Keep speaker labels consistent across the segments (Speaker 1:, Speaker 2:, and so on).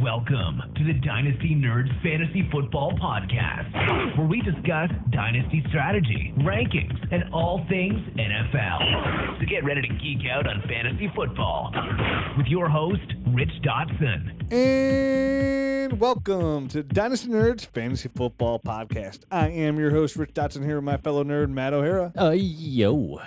Speaker 1: Welcome to the Dynasty Nerds Fantasy Football Podcast, where we discuss dynasty strategy, rankings, and all things NFL. So get ready to geek out on fantasy football with your host, Rich Dotson.
Speaker 2: And welcome to Dynasty Nerds Fantasy Football Podcast. I am your host, Rich Dotson, here with my fellow nerd, Matt O'Hara.
Speaker 3: Uh, yo.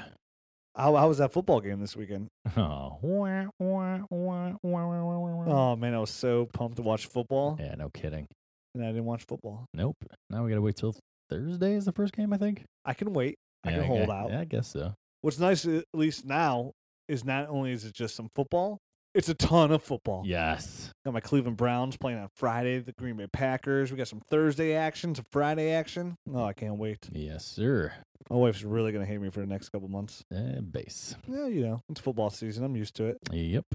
Speaker 2: How, how was that football game this weekend?
Speaker 3: Oh. wah, wah, wah, wah, wah, wah, wah, wah.
Speaker 2: Oh, man, I was so pumped to watch football,
Speaker 3: Yeah, no kidding.
Speaker 2: and I didn't watch football.
Speaker 3: Nope. Now we gotta wait till Thursday is the first game, I think.
Speaker 2: I can wait. I
Speaker 3: Yeah,
Speaker 2: can hold
Speaker 3: gue-
Speaker 2: out.
Speaker 3: Yeah, I guess so.
Speaker 2: What's nice, at least now, is not only is it just some football, it's a ton of football.
Speaker 3: Yes.
Speaker 2: Got my Cleveland Browns playing on Friday, the Green Bay Packers. We got some Thursday action, some Friday action. Oh, I can't wait.
Speaker 3: Yes, sir.
Speaker 2: My wife's really going to hate me for the next couple months.
Speaker 3: Uh, base.
Speaker 2: Yeah, you know, it's football season. I'm used to it.
Speaker 3: Yep.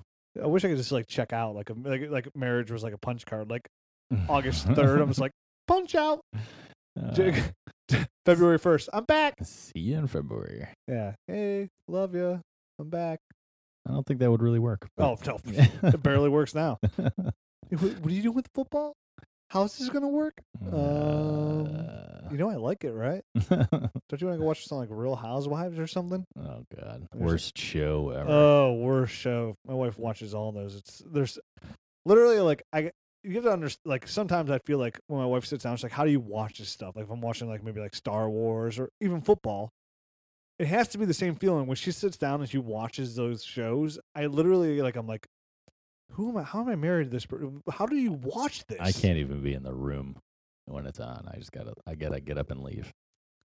Speaker 2: I wish I could just like check out like a, like like marriage was like a punch card. Like August third, I was like punch out.
Speaker 3: Uh,
Speaker 2: February first, I'm back.
Speaker 3: see you in February.
Speaker 2: Yeah, hey, love you. I'm back.
Speaker 3: I don't think that would really work.
Speaker 2: Oh
Speaker 3: but- Uh,
Speaker 2: no, it barely works now. What, what are you doing with football? How's this gonna work? You know I like it, right?
Speaker 3: Uh,
Speaker 2: Don't you want to go watch something like Real Housewives or something?
Speaker 3: oh god.
Speaker 2: There's a-
Speaker 3: Worst show ever.
Speaker 2: Oh, worst show. My wife watches all those. It's there's literally like I you have to understand. Like sometimes I feel like when my wife sits down, she's like, "How do you watch this stuff?" Like if I'm watching like maybe like Star Wars or even football, it has to be the same feeling when she sits down and she watches those shows. I literally like I'm like, "Who am I? How am I married to this? per- How do you watch this?"
Speaker 3: I can't even be in the room when it's on. I just gotta I gotta get up and leave.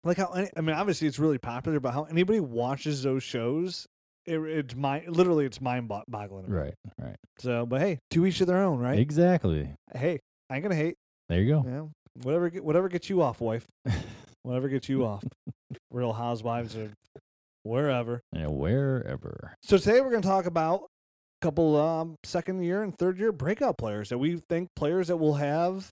Speaker 2: like how any- I mean, obviously it's really popular, but how anybody watches those shows. It, it's my literally it's mind boggling.
Speaker 3: Right. Right.
Speaker 2: So, but hey, to each of their own, uh, right?
Speaker 3: Exactly.
Speaker 2: hey, I ain't gonna hate.
Speaker 3: There you go.
Speaker 2: Yeah, whatever, get, whatever gets you off, wife. Whatever gets you off. Real Housewives or wherever.
Speaker 3: Yeah, wherever.
Speaker 2: So today we're gonna talk about a couple um, second year and third year breakout players that we think players that will have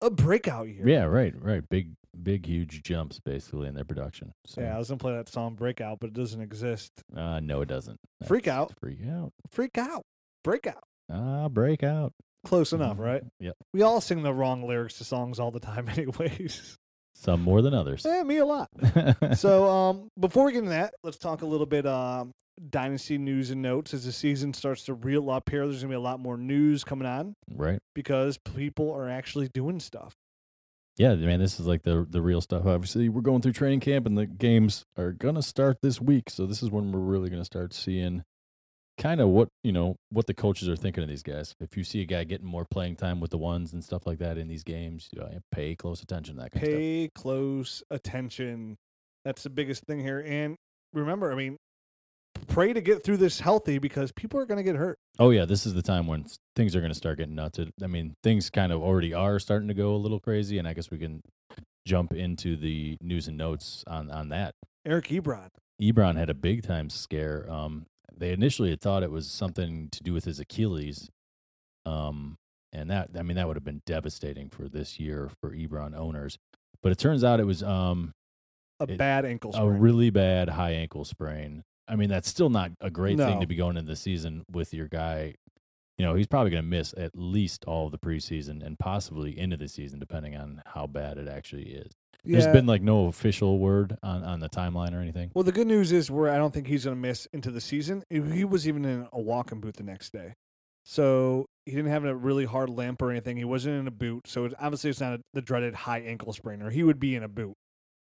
Speaker 2: a breakout year.
Speaker 3: Yeah, right, right. Big, big, huge jumps basically in their production. So,
Speaker 2: Yeah, I was gonna play that song "Breakout," but it doesn't exist.
Speaker 3: Uh, no, it doesn't.
Speaker 2: Freak out.
Speaker 3: Freak out.
Speaker 2: Freak out, breakout.
Speaker 3: Ah, break out.
Speaker 2: Close enough, right?
Speaker 3: Yep.
Speaker 2: We all sing the wrong lyrics to songs all the time, anyways.
Speaker 3: Some more than others.
Speaker 2: Eh, me a lot. so um, before we get into that, let's talk a little bit um, dynasty news and notes as the season starts to reel up here. There's gonna be a lot more news coming on
Speaker 3: right.
Speaker 2: because people are actually doing stuff.
Speaker 3: Yeah, man, this is like the the real stuff. Obviously, we're going through training camp, and the games are gonna start this week. So this is when we're really gonna start seeing kind of what you know what the coaches are thinking of these guys. If you see a guy getting more playing time with the ones and stuff like that in these games, you know, pay close attention to that kind of stuff.
Speaker 2: Pay close attention. That's the biggest thing here. And remember, I mean, pray to get through this healthy because people are gonna get hurt.
Speaker 3: Oh yeah, this is the time when s- things are going to start getting nuts. It- I mean, things kind of already are starting to go a little crazy, and I guess we can jump into the news and notes on on that.
Speaker 2: Eric Ebron.
Speaker 3: Ebron had a big time scare. Um, they initially had thought it was something to do with his Achilles, um, and that I mean that would have been devastating for this year for Ebron owners. But it turns out it was um,
Speaker 2: A
Speaker 3: It-
Speaker 2: bad ankle
Speaker 3: a
Speaker 2: sprain.
Speaker 3: really bad high ankle sprain. I mean, that's still not a great thing
Speaker 2: No.
Speaker 3: to be going into the season with your guy. You know, he's probably going to miss at least all of the preseason and possibly into the season, depending on how bad it actually is. There's been like no official word on, on the timeline or anything.
Speaker 2: well, the good news is where I don't think he's going to miss into the season. He he was even in a walking boot the next day, so he didn't have a really hard limp or anything. He wasn't in a boot, so it's, obviously it's not a, the dreaded high ankle sprain, or he would be in a boot.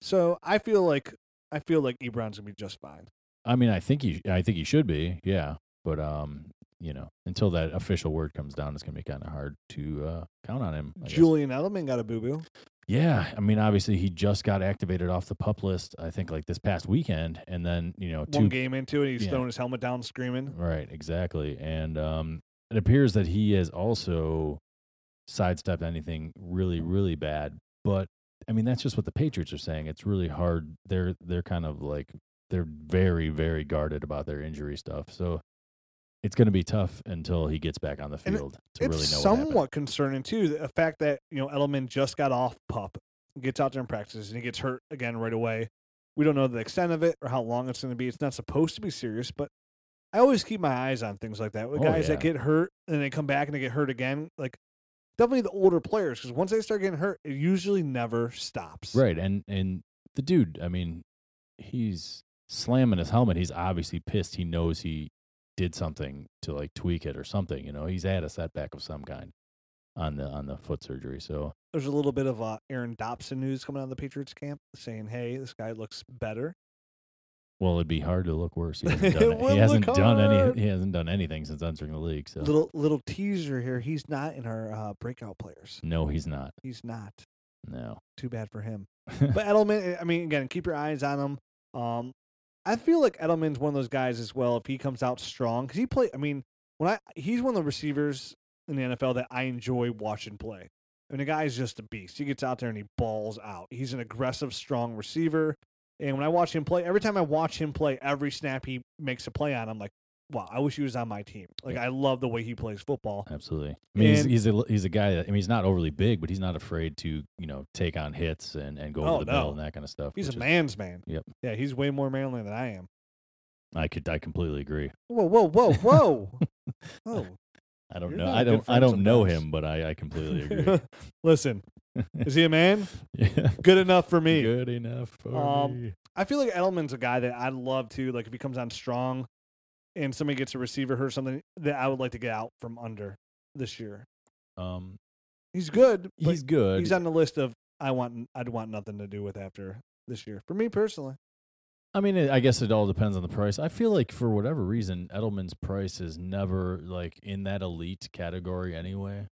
Speaker 2: So I feel like I feel like Ebron's going to be just fine.
Speaker 3: I mean, I think he, I think he should be, yeah. But um, you know, until that official word comes down, it's going to be kind of hard to uh, count on him. I guess.
Speaker 2: Julian Edelman got a boo boo.
Speaker 3: Yeah, I mean, obviously he just got activated off the pup list. I think like this past weekend, and then you know, two
Speaker 2: One game into it, he's
Speaker 3: yeah.
Speaker 2: throwing his helmet down, screaming.
Speaker 3: Right, exactly. And um, it appears that he has also sidestepped anything really, really bad. But I mean, that's just what the Patriots are saying. It's really hard. They're they're kind of like they're very, very guarded about their injury stuff. So it's going to be tough until he gets back on the
Speaker 2: And it-
Speaker 3: field to
Speaker 2: it's
Speaker 3: really know
Speaker 2: somewhat
Speaker 3: what
Speaker 2: concerning too. The fact that you know Edelman just got off pup, gets out there and practices, and he gets hurt again right away. We don't know the extent of it or how long it's going to be. It's not supposed to be serious, but I always keep my eyes on things like that. With
Speaker 3: Oh,
Speaker 2: guys
Speaker 3: yeah.
Speaker 2: that get hurt and they come back and they get hurt again, like definitely the older players because once they start getting hurt, it usually never stops.
Speaker 3: Right. And and the dude, I mean, he's slamming his helmet. He's obviously pissed. He knows he did something to like tweak it or something. You know, he's had a setback of some kind on the on the foot surgery. So
Speaker 2: There's a little bit of uh, Aaron Dobson news coming out of the Patriots camp saying, "Hey, this guy looks better."
Speaker 3: well, it'd be hard to look worse. He
Speaker 2: It
Speaker 3: hasn't done, it.
Speaker 2: would look
Speaker 3: he hasn't done
Speaker 2: hard.
Speaker 3: any. He hasn't done anything since entering the league. So
Speaker 2: Little little teaser here. He's not in our uh, breakout players.
Speaker 3: no, he's not.
Speaker 2: He's not.
Speaker 3: No.
Speaker 2: Too bad for him. but Edelman, eh, I mean, again, keep your eyes on him. Um, I feel like Edelman's one of those guys as well. If he comes out strong, because he play, I mean, when I he's one of the receivers in the NFL that I enjoy watching play. I mean, the guy's just a beast. He gets out there and he balls out. He's an aggressive, strong receiver. And when I watch him play, every time I watch him play, every snap he makes a play on, I'm like, wow, I wish he was on my team. Like, I love the way he plays football.
Speaker 3: Absolutely. I mean, he's,
Speaker 2: And-
Speaker 3: he's a he's a guy that I mean, he's not overly big, but he's not afraid to you know take on hits and and go
Speaker 2: Oh,
Speaker 3: over the middle
Speaker 2: no.
Speaker 3: and that kind of stuff.
Speaker 2: He's
Speaker 3: which
Speaker 2: a
Speaker 3: is-
Speaker 2: man's man.
Speaker 3: Yep.
Speaker 2: Yeah, he's way more manly than I am.
Speaker 3: I could I completely agree.
Speaker 2: Whoa, whoa, whoa, whoa. whoa.
Speaker 3: I don't
Speaker 2: You're
Speaker 3: know.
Speaker 2: not
Speaker 3: I
Speaker 2: a good
Speaker 3: don't I
Speaker 2: friend
Speaker 3: don't know
Speaker 2: sometimes.
Speaker 3: him, but I I completely agree.
Speaker 2: Listen, is he a man?
Speaker 3: yeah.
Speaker 2: Good enough for me.
Speaker 3: Good enough for
Speaker 2: Um,
Speaker 3: me.
Speaker 2: I feel like Edelman's a guy that I'd love to, like, if he comes on strong and somebody gets a receiver hurt or something, that I would like to get out from under this year.
Speaker 3: Um,
Speaker 2: He's good, but
Speaker 3: he's
Speaker 2: he's,
Speaker 3: good.
Speaker 2: on the list of I want, I'd want nothing to do with after this year. For me personally,
Speaker 3: I mean, it, I guess it all depends on the price. I feel like for whatever reason, Edelman's price is never like in that elite category anyway.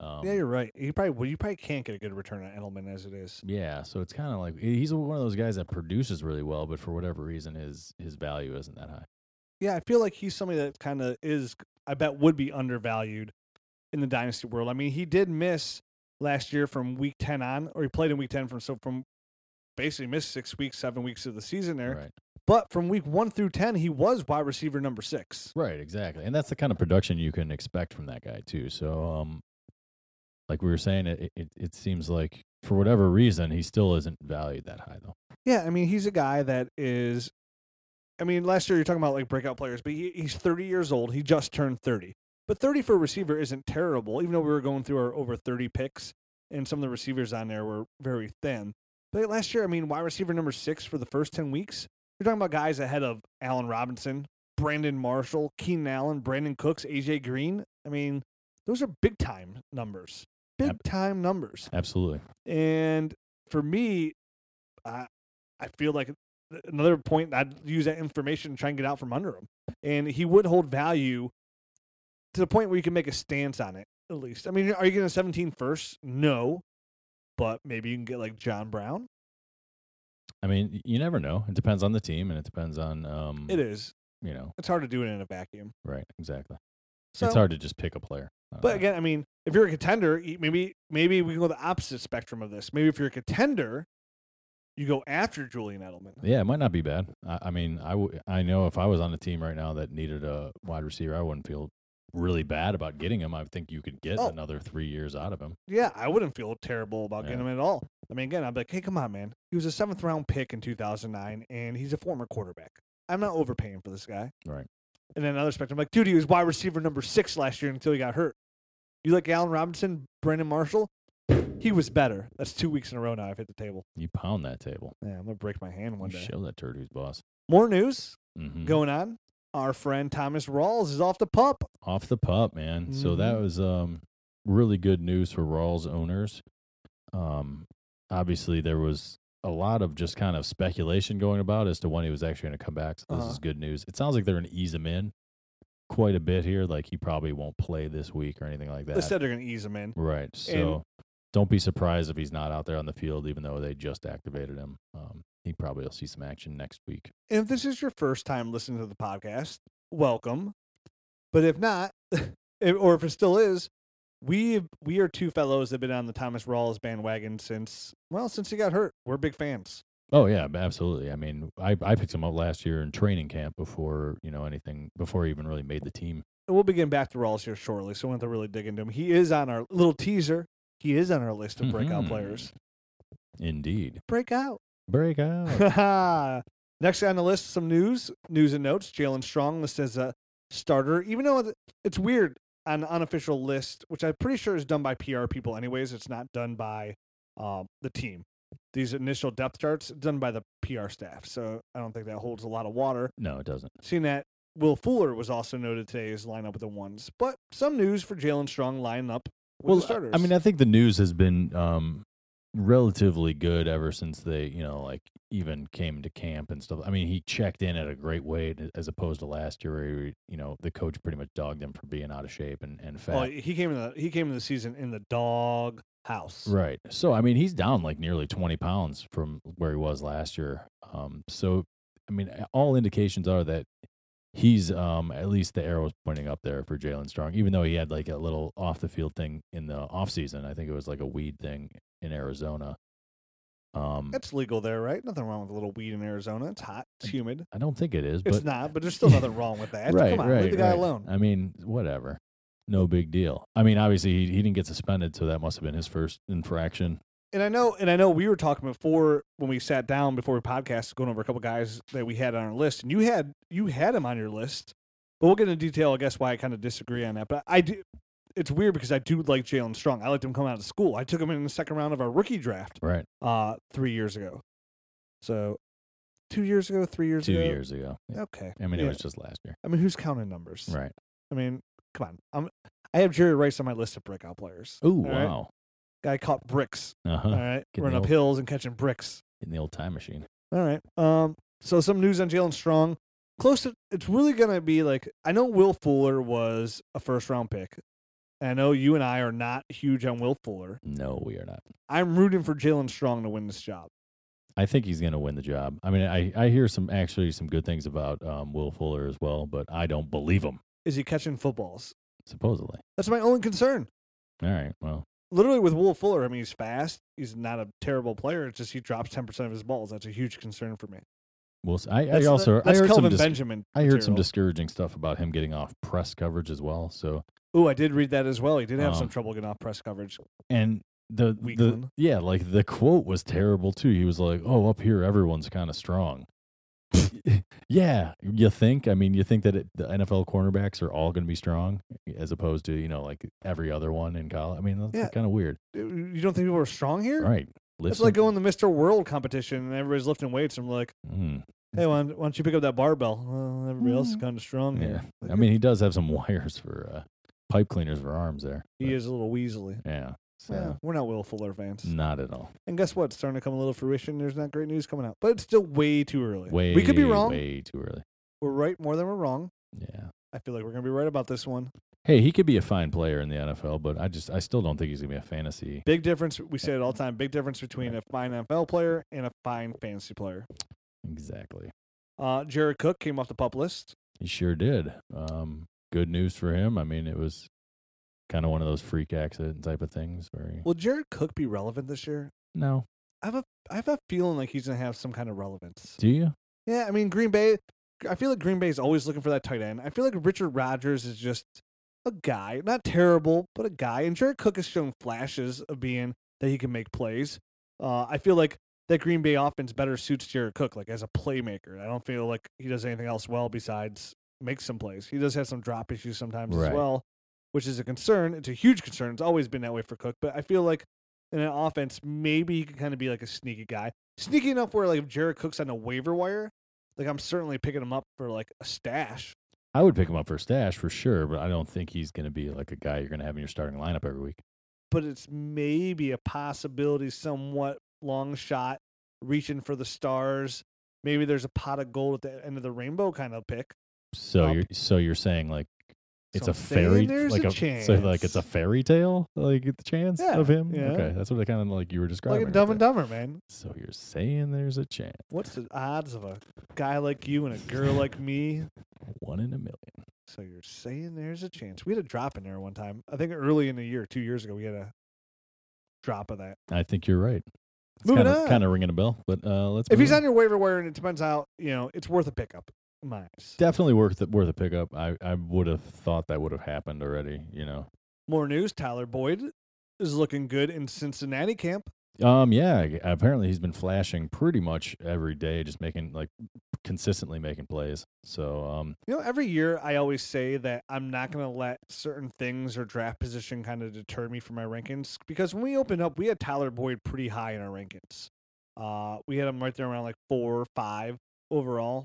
Speaker 3: Um,
Speaker 2: yeah, you're right. You probably, well, you probably can't get a good return on Edelman as it is.
Speaker 3: Yeah, so it's kind of like he- he's one of those guys that produces really well, but for whatever reason, his his value isn't that high.
Speaker 2: Yeah, I feel like he's somebody that kind of is, I bet, would be undervalued in the dynasty world. I mean, he did miss last year from week ten on, or he played in week ten from so from basically missed six weeks, seven weeks of the season there.
Speaker 3: Right,
Speaker 2: But from week one through ten, he was wide receiver number six.
Speaker 3: right, exactly, and that's the kind of production you can expect from that guy too. So, um, like we were saying, it it, it seems like for whatever reason, he still isn't valued that high though.
Speaker 2: Yeah, I mean, he's a guy that is. I mean, last year you're talking about like breakout players, but he, he's 30 years old. He just turned 30. But 30 for a receiver isn't terrible, even though we were going through our over 30 picks, and some of the receivers on there were very thin. But last year, I mean, wide receiver number six for the first 10 weeks, you're talking about guys ahead of Allen Robinson, Brandon Marshall, Keenan Allen, Brandon Cooks, AJ Green. I mean, those are big time numbers. Big
Speaker 3: Ab-
Speaker 2: time numbers.
Speaker 3: Absolutely.
Speaker 2: And for me, I I feel like th- another point I'd use that information to try and get out from under him. And he would hold value to the point where you can make a stance on it, at least. I mean, are you getting a 17 first? No. But maybe you can get like John Brown.
Speaker 3: I mean, y- you never know. It depends on the team, and it depends on um,
Speaker 2: It is.
Speaker 3: you know,
Speaker 2: It's hard to do it in a vacuum.
Speaker 3: right? Exactly.
Speaker 2: So,
Speaker 3: it's hard to just pick a player. uh, I don't
Speaker 2: But
Speaker 3: know.
Speaker 2: again, I mean, if you're a contender, y- maybe maybe we can go the opposite spectrum of this. Maybe if you're a contender, you go after Julian Edelman.
Speaker 3: yeah, it might not be bad. I, I mean, I w- I know if I was on a team right now that needed a wide receiver, I wouldn't feel really bad about getting him. I think you could get
Speaker 2: Oh.
Speaker 3: another three years out of him.
Speaker 2: Yeah, I wouldn't feel terrible about getting
Speaker 3: Yeah.
Speaker 2: him at all. I mean, again, I'd be like, hey, come on, man. He was a seventh round pick in 2009, and he's a former quarterback. I'm not overpaying for this guy.
Speaker 3: Right.
Speaker 2: And then another spectrum, like, dude, he was wide receiver number six last year until he got hurt. You like Allen Robinson, Brandon Marshall? He was better. That's two weeks in a row now I've hit the table.
Speaker 3: You pound that table.
Speaker 2: Yeah, I'm going to break my hand one
Speaker 3: you
Speaker 2: day.
Speaker 3: show that turd who's boss.
Speaker 2: More news
Speaker 3: Mhm.
Speaker 2: going on. Our friend Thomas Rawls is off the pup.
Speaker 3: off the pup, man. So that was um really good news for Rawls owners. Um obviously there was a lot of just kind of speculation going about as to when he was actually going to come back. So this
Speaker 2: Uh-huh.
Speaker 3: is good news. It sounds like they're going to ease him in quite a bit here. Like he probably won't play this week or anything like that.
Speaker 2: They said they're going to ease him in.
Speaker 3: right. So don't be surprised if he's not out there on the field, even though they just activated him. Um, he probably will see some action next week.
Speaker 2: And if this is your first time listening to the podcast, welcome. But if not, if- or if it still is, we we are two fellows that have been on the Thomas Rawls bandwagon since well since he got hurt. We're big fans.
Speaker 3: Oh yeah, b- absolutely. I mean, I, I picked him up last year in training camp before you know anything before he even really made the team.
Speaker 2: And we'll be getting back to Rawls here shortly, so we don't have to really dig into him. He is on our little teaser. He is on our list of breakout
Speaker 3: Mhm.
Speaker 2: players.
Speaker 3: Indeed,
Speaker 2: Breakout.
Speaker 3: breakout.
Speaker 2: Next on the list, some news, news and notes. Jalen Strong listed as a starter, even though it- it's weird. an unofficial list, which I'm pretty sure is done by PR people, anyways. It's not done by um, the team. These initial depth charts done by the PR staff, so I don't think that holds a lot of water.
Speaker 3: No, it doesn't.
Speaker 2: Seeing that Will Fuller was also noted today as lineup with the ones, but some news for Jalen Strong lining up with
Speaker 3: well,
Speaker 2: the starters.
Speaker 3: I mean, I think the news has been um, relatively good ever since they, you know, like even came to camp and stuff. I mean, he checked in at a great weight as opposed to last year, where he, you know the coach pretty much dogged him for being out of shape and and fat.
Speaker 2: well, he came in the he came in the season in the dog house.
Speaker 3: Right. So I mean, he's down like nearly twenty pounds from where he was last year. Um, so I mean, all indications are that he's um at least the arrow's pointing up there for Jalen Strong, even though he had like a little off the field thing in the off season. I think it was like a weed thing in Arizona. Um,
Speaker 2: That's legal there, right? Nothing wrong with a little weed in Arizona. It's hot. It's humid.
Speaker 3: I don't think it is,
Speaker 2: It's
Speaker 3: but
Speaker 2: not, but there's still nothing wrong with that.
Speaker 3: right,
Speaker 2: Come on,
Speaker 3: right,
Speaker 2: leave the guy
Speaker 3: right. Uh
Speaker 2: alone.
Speaker 3: I mean, whatever. No big deal. I mean, obviously he, he didn't get suspended, so that must have been his first infraction.
Speaker 2: and I know, and I know we were talking before when we sat down before we podcast, going over a couple guys that we had on our list, and you had you had him on your list, but we'll get into detail. I guess why I kind of disagree on that, but I do. It's weird because I do like Jalen Strong. I liked him coming out of school. I took him in the second round of our rookie draft
Speaker 3: Right.
Speaker 2: uh three years ago, so two years ago, three years
Speaker 3: Two
Speaker 2: ago,
Speaker 3: years ago.
Speaker 2: Okay,
Speaker 3: I mean, it
Speaker 2: Yeah.
Speaker 3: was just last year.
Speaker 2: I mean, who's counting numbers?
Speaker 3: Right.
Speaker 2: I mean, come on. I'm, I have Jerry Rice on my list of breakout players.
Speaker 3: Oh,
Speaker 2: All right?
Speaker 3: wow.
Speaker 2: Guy caught bricks.
Speaker 3: Uh huh.
Speaker 2: All right,
Speaker 3: Getting
Speaker 2: running up
Speaker 3: old.
Speaker 2: hills and catching bricks.
Speaker 3: In the old time machine.
Speaker 2: All right. Um. So some news on Jalen Strong. Close to it's really gonna be like I know Will Fuller was a first round pick. And I know you and I are not huge on Will Fuller.
Speaker 3: No, we are not.
Speaker 2: I'm rooting for Jalen Strong to win this job.
Speaker 3: I think he's going to win the job. I mean, I, I hear some actually some good things about um, Will Fuller as well, but I don't believe him,
Speaker 2: Is he catching footballs?
Speaker 3: supposedly.
Speaker 2: That's my only concern.
Speaker 3: All right. Well,
Speaker 2: Literally with Will Fuller, I mean he's fast. He's not a terrible player. It's just he drops ten percent of his balls. That's a huge concern for me.
Speaker 3: we'll see. I, I
Speaker 2: That's-
Speaker 3: also
Speaker 2: that's
Speaker 3: I heard, some
Speaker 2: Kelvin
Speaker 3: dis-
Speaker 2: Benjamin.
Speaker 3: I heard some
Speaker 2: material.
Speaker 3: discouraging stuff about him getting off press coverage as well. So,
Speaker 2: Ooh, I did read that as well. He did have some
Speaker 3: Um,
Speaker 2: trouble getting off press coverage.
Speaker 3: and the,
Speaker 2: Weak
Speaker 3: the
Speaker 2: one.
Speaker 3: yeah, like the quote was terrible too. He was like, oh, up here, everyone's kind of strong. yeah. You think? I mean, you think that it, the NFL cornerbacks are all going to be strong as opposed to, you know, like every other one in college? I mean, that's
Speaker 2: Yeah.
Speaker 3: kind of weird.
Speaker 2: You don't think people are strong here?
Speaker 3: All right.
Speaker 2: It's like going to the Mr. World competition and everybody's lifting weights. I'm like,
Speaker 3: Mm,
Speaker 2: hey, why don't, why don't you pick up that barbell? Well, everybody else is
Speaker 3: Mm.
Speaker 2: kind of strong.
Speaker 3: yeah.
Speaker 2: here. Like,
Speaker 3: I mean, he does have some wires for uh, pipe cleaners for arms there.
Speaker 2: he
Speaker 3: but,
Speaker 2: is a little weaselly.
Speaker 3: Yeah. Mm. So,
Speaker 2: Well, we're not Will Fuller fans.
Speaker 3: not at all.
Speaker 2: And guess what? It's starting to come a little fruition. There's not great news coming out, but it's still way too early.
Speaker 3: Way,
Speaker 2: we could be wrong.
Speaker 3: Way too early.
Speaker 2: We're right more than we're wrong.
Speaker 3: Yeah.
Speaker 2: I feel like we're going to be right about this one.
Speaker 3: Hey, he could be a fine player in the NFL, but I just, I still don't think he's going to be a fantasy.
Speaker 2: Big difference. We say it all the time big difference between a fine NFL player and a fine fantasy player.
Speaker 3: Exactly.
Speaker 2: Uh, Jared Cook came off the pup list.
Speaker 3: He sure did. Um, good news for him. I mean, it was kind of one of those freak accident type of things. Where he,
Speaker 2: Will Jared Cook be relevant this year?
Speaker 3: no,
Speaker 2: I have a I have a feeling like he's going to have some kind of relevance.
Speaker 3: do you?
Speaker 2: Yeah, I mean Green Bay. I feel like Green Bay is always looking for that tight end. I feel like Richard Rodgers is just a guy, not terrible, but a guy. And Jared Cook has shown flashes of being that he can make plays. Uh, I feel like that Green Bay offense better suits Jared Cook, like as a playmaker. I don't feel like he does anything else well besides make some plays. He does have some drop issues sometimes as
Speaker 3: Right.
Speaker 2: well, which is a concern. It's a huge concern. It's always been that way for Cook, but I feel like in an offense, maybe he could kind of be like a sneaky guy, sneaky enough where like if Jared Cook's on the waiver wire, like I'm certainly picking him up for like a stash.
Speaker 3: I would pick him up for stash for sure, but I don't think he's going to be like a guy you're going to have in your starting lineup every week.
Speaker 2: But it's maybe a possibility, somewhat long shot, reaching for the stars. Maybe there's a pot of gold at the end of the rainbow kind of pick.
Speaker 3: So
Speaker 2: Up.
Speaker 3: you're so you're saying like it's
Speaker 2: So
Speaker 3: a
Speaker 2: I'm saying
Speaker 3: fairy
Speaker 2: there's
Speaker 3: like
Speaker 2: a
Speaker 3: so like it's a
Speaker 2: chance.
Speaker 3: fairy tale like the chance
Speaker 2: Yeah,
Speaker 3: of him.
Speaker 2: yeah.
Speaker 3: Okay, that's what I kind of like you were describing.
Speaker 2: like a
Speaker 3: right
Speaker 2: Dumb and
Speaker 3: there.
Speaker 2: Dumber, man.
Speaker 3: So you're saying there's a chance,
Speaker 2: What's the odds of a guy like you and a girl like me?
Speaker 3: one in a million.
Speaker 2: So you're saying there's a chance. We had a drop in there one time. I think early in the year, two years ago, we had a drop of that.
Speaker 3: I think you're right. It's
Speaker 2: Moving
Speaker 3: kinda,
Speaker 2: on.
Speaker 3: kind of ringing a bell, but uh, let's.
Speaker 2: If
Speaker 3: move
Speaker 2: he's on your waiver wire and it depends how, you know, it's worth a pickup. in My eyes.
Speaker 3: definitely worth it, worth a pickup. I, I would have thought that would have happened already. You know,
Speaker 2: More news. Tyler Boyd is looking good in Cincinnati camp.
Speaker 3: Um, yeah. g- Apparently, he's been flashing pretty much every day, just making like consistently making plays. So, um,
Speaker 2: You know, every year I always say that I'm not going to let certain things or draft position kind of deter me from my rankings because when we opened up, we had Tyler Boyd pretty high in our rankings. Uh, we had him right there around like four or five overall,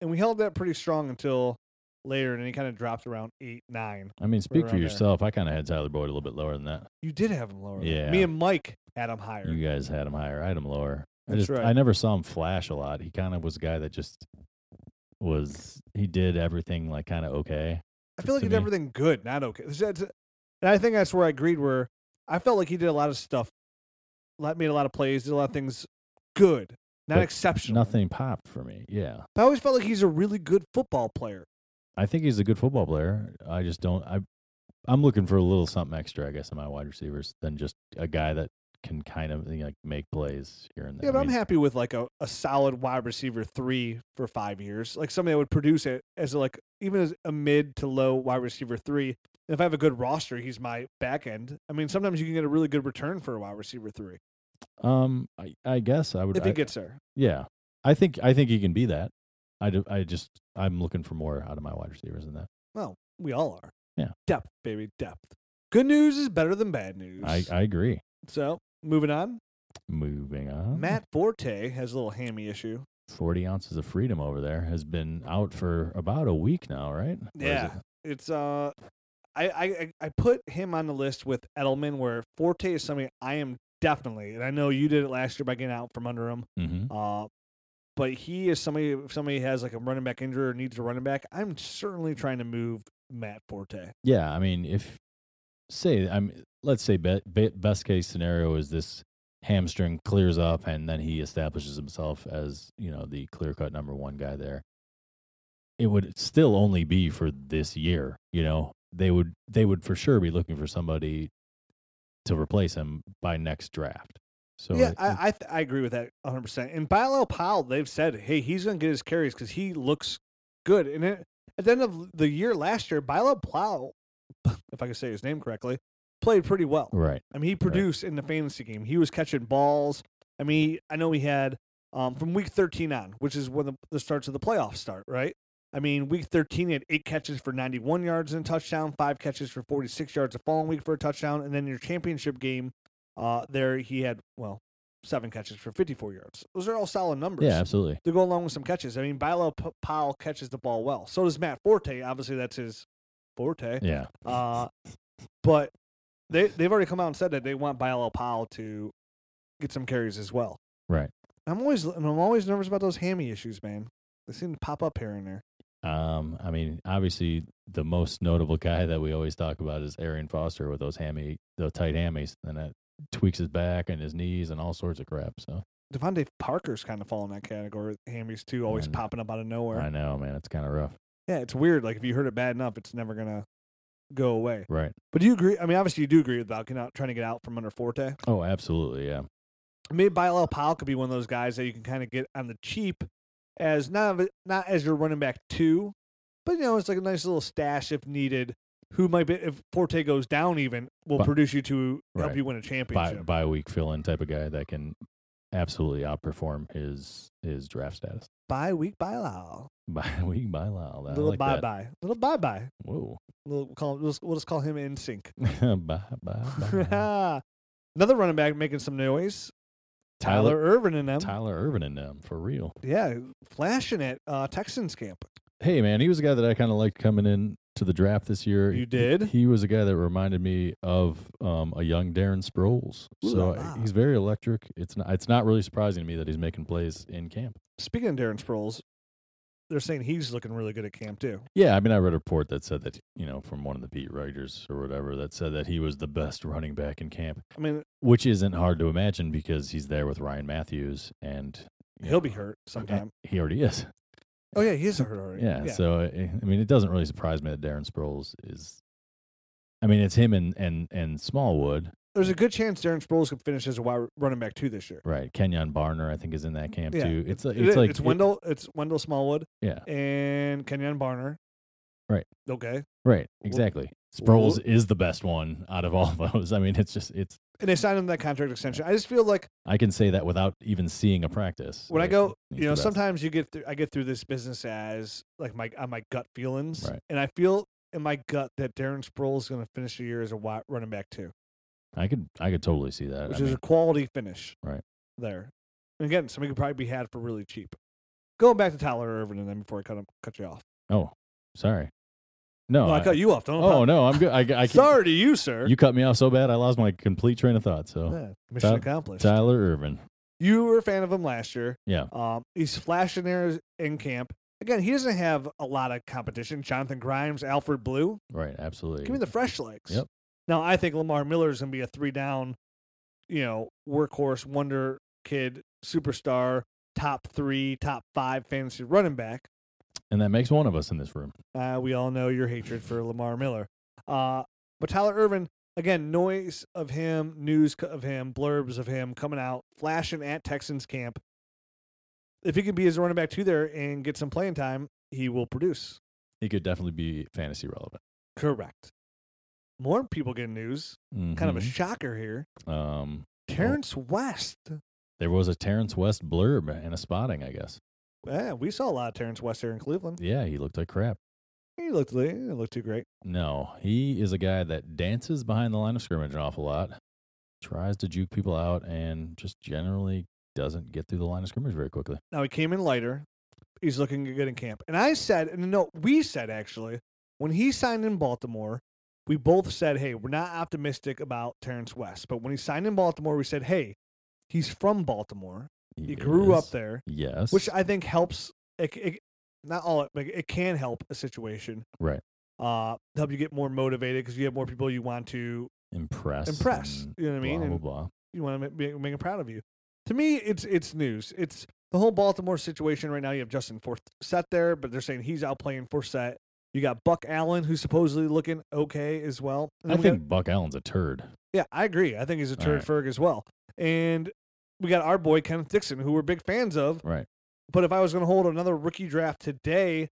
Speaker 2: and we held that pretty strong until later, and then he kind of dropped around eight, nine.
Speaker 3: I mean, speak
Speaker 2: around
Speaker 3: for
Speaker 2: there.
Speaker 3: yourself. I kind of had Tyler Boyd a little bit lower than that.
Speaker 2: You did have him lower. than that. Me
Speaker 3: Yeah.
Speaker 2: and Mike had him higher.
Speaker 3: You guys had him higher. I had him lower. I
Speaker 2: That's
Speaker 3: just I
Speaker 2: right.
Speaker 3: never saw him flash a lot. He kind of was a guy that just was he did everything like kind of okay.
Speaker 2: I feel like
Speaker 3: to
Speaker 2: he did
Speaker 3: me.
Speaker 2: everything good, not okay. That's- that's- and I think that's where I agreed. Where I felt like he did a lot of stuff, lot- made a lot of plays, did a lot of things good, not
Speaker 3: But
Speaker 2: exceptional.
Speaker 3: Nothing popped for me. Yeah.
Speaker 2: But I always felt like he's a really good football player.
Speaker 3: I think he's a good football player. I just don't. I, I'm looking for a little something extra, I guess, in my wide receivers than just a guy that can kind of you know, like make plays here and there.
Speaker 2: Yeah, but
Speaker 3: I
Speaker 2: I'm
Speaker 3: mean,
Speaker 2: happy with like a, a solid wide receiver three for five years, like somebody that would produce it as a, like even as a mid to low wide receiver three. If I have a good roster, he's my back end. I mean, sometimes you can get a really good return for a wide receiver three
Speaker 3: Um, I, I guess I would.
Speaker 2: if he
Speaker 3: I-
Speaker 2: gets there.
Speaker 3: yeah, I think I think he can be that. I, do, I just I'm looking for more out of my wide receivers than that.
Speaker 2: Well, we all are.
Speaker 3: Yeah.
Speaker 2: Depth, baby, depth. Good news is better than bad news.
Speaker 3: I, I agree.
Speaker 2: so moving on,
Speaker 3: Moving on.
Speaker 2: Matt Forte has a little hammy issue.
Speaker 3: 40 ounces of freedom over there has been out for about a week now, right? Or is
Speaker 2: Yeah.
Speaker 3: it-
Speaker 2: It's uh, I I I- I put him on the list with Edelman, where Forte is somebody I am definitely, and I know you did it last year by getting out from under him.
Speaker 3: Mhm.
Speaker 2: Uh, but he is somebody. If somebody has like a running back injury or needs a running back, I'm certainly trying to move Matt Forte.
Speaker 3: Yeah, I mean, if say I'm let's say be, be, best case scenario is this hamstring clears up and then he establishes himself as you know the clear cut number one guy there. It would still only be for this year, you know. They would they would for sure be looking for somebody to replace him by next draft. So
Speaker 2: yeah,
Speaker 3: it- it-
Speaker 2: I I, th- I agree with that 100. percent And Bilal Powell, they've said, hey, he's going to get his carries because he looks good. And it, at the end of the year last year, Bilal Powell, if I can say his name correctly, played pretty well.
Speaker 3: right.
Speaker 2: I mean, he produced in the fantasy game. He was catching balls. I mean, I know he had um, from week 13 on, which is when the, the starts of the playoffs start, right? I mean, week 13, he had eight catches for 91 yards and a touchdown, five catches for 46 yards the following week for a touchdown. And then your championship game, uh, there he had, well, seven catches for 54 yards. Those are all solid numbers
Speaker 3: Yeah, absolutely.
Speaker 2: to go along with some catches. I mean, Bilo Powell catches the ball well. So does Matt Forte. Obviously, that's his forte.
Speaker 3: Yeah.
Speaker 2: Uh, but they they've already come out and said that they want Bilal Powell to get some carries as well.
Speaker 3: Right.
Speaker 2: I'm always and I'm always nervous about those hammy issues, man. They seem to pop up here and there.
Speaker 3: Um, I mean, obviously, the most notable guy that we always talk about is Arian Foster with those hammy, those tight hammies, and that tweaks his back and his knees and all sorts of crap. So
Speaker 2: Devontae Parker's kind of fall in that category. Hammies too, always
Speaker 3: Mm.
Speaker 2: popping up out of nowhere.
Speaker 3: I know, man, it's kind of rough,
Speaker 2: Yeah, it's weird. Like if you heard it bad enough, it's never gonna go away.
Speaker 3: right?
Speaker 2: But do you agree? I mean, obviously you do agree with Balkan out trying to get out from under Forte.
Speaker 3: Oh, absolutely, yeah.
Speaker 2: maybe Bilal Powell could be one of those guys that you can kind of get on the cheap as not of- not as your running back two, but you know it's like a nice little stash if needed. Who might be if Forte goes down even will
Speaker 3: Bu-
Speaker 2: produce you to help
Speaker 3: right.
Speaker 2: you win a
Speaker 3: Bi
Speaker 2: championship.
Speaker 3: bye week fill in type of guy that can absolutely outperform his his draft status.
Speaker 2: Bye week Bilal,
Speaker 3: Bye week, bye Lyle. I
Speaker 2: little
Speaker 3: like
Speaker 2: bye
Speaker 3: that.
Speaker 2: bye, little bye bye.
Speaker 3: Whoa,
Speaker 2: We'll call we'll, just- we'll just call him in sync.
Speaker 3: bye bye. bye.
Speaker 2: Another running back making some noise. Tyler,
Speaker 3: Tyler-
Speaker 2: Irvin and them,
Speaker 3: Tyler Irvin and them for real.
Speaker 2: yeah, flashing it. Uh, Texans camp.
Speaker 3: hey man, he was a guy that I kind of liked coming in to the draft this year.
Speaker 2: You
Speaker 3: He-
Speaker 2: did?
Speaker 3: He, was a guy that reminded me of um, a young Darren Sproles.
Speaker 2: Ooh la
Speaker 3: so uh,
Speaker 2: la.
Speaker 3: he's very electric. It's not, it's not really surprising to me that he's making plays in camp.
Speaker 2: Speaking of Darren Sproles, they're saying he's looking really good at camp too.
Speaker 3: Yeah, I mean, I read a report that said that you know from one of the beat writers or whatever that said that he was the best running back in camp,
Speaker 2: I mean,
Speaker 3: which isn't hard to imagine because he's there with Ryan Matthews and you
Speaker 2: he'll
Speaker 3: know,
Speaker 2: be hurt sometime.
Speaker 3: He already is.
Speaker 2: Oh yeah, he is hurt already.
Speaker 3: Yeah, So I I mean, it doesn't really surprise me that Darren Sproles is. I mean, it's him and and and Smallwood,
Speaker 2: there's a good chance Darren Sproles could finish as a wide running back too this year.
Speaker 3: right? Kenyon Barner, I think, is in that camp
Speaker 2: Yeah,
Speaker 3: too. It's like
Speaker 2: It
Speaker 3: it's
Speaker 2: is.
Speaker 3: like
Speaker 2: it's
Speaker 3: it-
Speaker 2: Wendell, it's Wendell Smallwood
Speaker 3: yeah,
Speaker 2: and Kenyon Barner.
Speaker 3: Right.
Speaker 2: Okay.
Speaker 3: right, exactly. Sproles is the best one out of all those. I mean, it's just it's.
Speaker 2: and they signed him that contract extension. I just feel like
Speaker 3: I can say that without even seeing a practice.
Speaker 2: when I
Speaker 3: Like,
Speaker 2: go, you
Speaker 3: he's the
Speaker 2: know,
Speaker 3: best.
Speaker 2: sometimes you get through, I get through this business as like my on my gut feelings,
Speaker 3: Right.
Speaker 2: and I feel in my gut that Darren Sproles is going to finish the year as a wide running back too,
Speaker 3: I could I could totally see that.
Speaker 2: which
Speaker 3: I
Speaker 2: is
Speaker 3: mean,
Speaker 2: a quality finish,
Speaker 3: Right.
Speaker 2: there. And again, something could probably be had for really cheap. Going back to Tyler Irvin and then before I cut him, cut you off.
Speaker 3: oh, sorry. No.
Speaker 2: No, I,
Speaker 3: I-
Speaker 2: cut you off. Don't.
Speaker 3: oh no, I'm good. I, I can't-
Speaker 2: sorry to you, sir.
Speaker 3: You cut me off so bad, I lost my complete train of thought. So
Speaker 2: Yeah, mission
Speaker 3: Ty-
Speaker 2: accomplished.
Speaker 3: Tyler Irvin.
Speaker 2: you were a fan of him last year.
Speaker 3: Yeah.
Speaker 2: Um, he's flashing there in camp. Again, he doesn't have a lot of competition. Jonathan Grimes, Alfred Blue.
Speaker 3: Right. Absolutely.
Speaker 2: Give me the fresh legs.
Speaker 3: Yep.
Speaker 2: Now I think Lamar Miller is going to be a three down, you know, workhorse, wonder kid, superstar, top three, top five fantasy running back.
Speaker 3: and that makes one of us in this room.
Speaker 2: Uh, we all know your hatred for Lamar Miller. Uh, but Tyler Irvin, again, noise of him, news c- of him, blurbs of him coming out, flashing at Texans camp. If he can be his running back two there and get some playing time, he will produce.
Speaker 3: He could definitely be fantasy relevant.
Speaker 2: Correct. More people getting news. Kind of a shocker here.
Speaker 3: a. Mm-hmm. Um,
Speaker 2: Terrence West.
Speaker 3: there was a Terrence West blurb and a spotting, I guess.
Speaker 2: Yeah, we saw a lot of Terrence West here in Cleveland.
Speaker 3: Yeah, he looked like crap.
Speaker 2: He looked, he didn't look too great.
Speaker 3: No, he is a guy that dances behind the line of scrimmage an awful lot, tries to juke people out, and just generally doesn't get through the line of scrimmage very quickly.
Speaker 2: Now he came in lighter. He's looking good in camp. And I said, and no, we said actually, when he signed in Baltimore, we both said, hey, we're not optimistic about Terrence West. But when he signed in Baltimore, we said, hey, he's from Baltimore. He grew up
Speaker 3: Yes.
Speaker 2: there,
Speaker 3: Yes.
Speaker 2: which I think helps. It, it, not all, but it can help a situation.
Speaker 3: Right.
Speaker 2: Uh, to help you get more motivated because you have more people you want to
Speaker 3: impressed.
Speaker 2: impress. You know what I mean?
Speaker 3: Blah, blah,
Speaker 2: And-
Speaker 3: blah.
Speaker 2: you want to make, make him proud of you. To me, it's it's news. It's the whole Baltimore situation right now. You have Justin Forsett there, but they're saying he's out playing Forsett. You got Buck Allen, who's supposedly looking okay as well. And
Speaker 3: I
Speaker 2: then we got-
Speaker 3: think Buck Allen's a turd.
Speaker 2: yeah, I agree. I think he's a
Speaker 3: All
Speaker 2: turd
Speaker 3: right.
Speaker 2: Ferg as well. And we got our boy Kenneth Dixon, who we're big fans of.
Speaker 3: Right.
Speaker 2: But if I was going to hold another rookie draft today,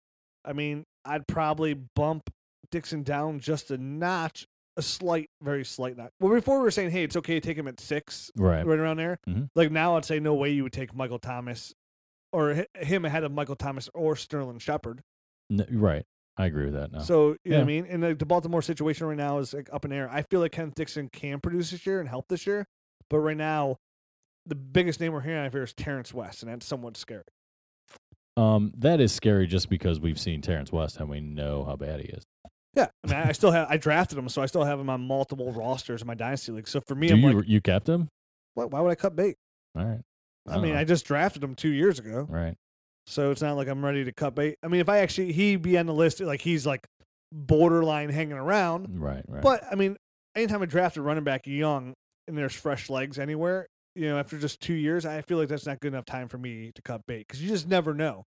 Speaker 2: I mean, I'd probably bump Dixon down just a notch, a slight, very slight notch. Well, before we were saying, hey, it's okay to take him at six
Speaker 3: Right.
Speaker 2: right around there.
Speaker 3: Mhm.
Speaker 2: Like now, I'd say no way you would take Michael Thomas or hi- him ahead of Michael Thomas or Sterling Shepard.
Speaker 3: N- right. I agree with that now.
Speaker 2: So you know what I
Speaker 3: Oh. Yeah.
Speaker 2: mean. And like, the Baltimore situation right now is like up in the air. I feel like Kenneth Dixon can produce this year and help this year, but right now, the biggest name we're hearing out of here is Terrence West, and that's somewhat scary.
Speaker 3: um, that is scary just because we've seen Terrence West and we know how bad he is.
Speaker 2: Yeah, I mean, I still have I drafted him, so I still have him on multiple rosters in my dynasty league. So for me,
Speaker 3: Do
Speaker 2: I'm
Speaker 3: you
Speaker 2: like,
Speaker 3: you kept him?
Speaker 2: what? Why would I cut bait?
Speaker 3: All right.
Speaker 2: I mean,
Speaker 3: Uh-uh.
Speaker 2: I just drafted him two years ago.
Speaker 3: All right.
Speaker 2: So it's not like I'm ready to cut bait. I mean, if I actually he be on the list, like he's like borderline hanging around.
Speaker 3: Right. Right.
Speaker 2: But I mean, anytime I draft a running back young and there's fresh legs anywhere, you know, after just two years, I feel like that's not good enough time for me to cut bait because you just never know.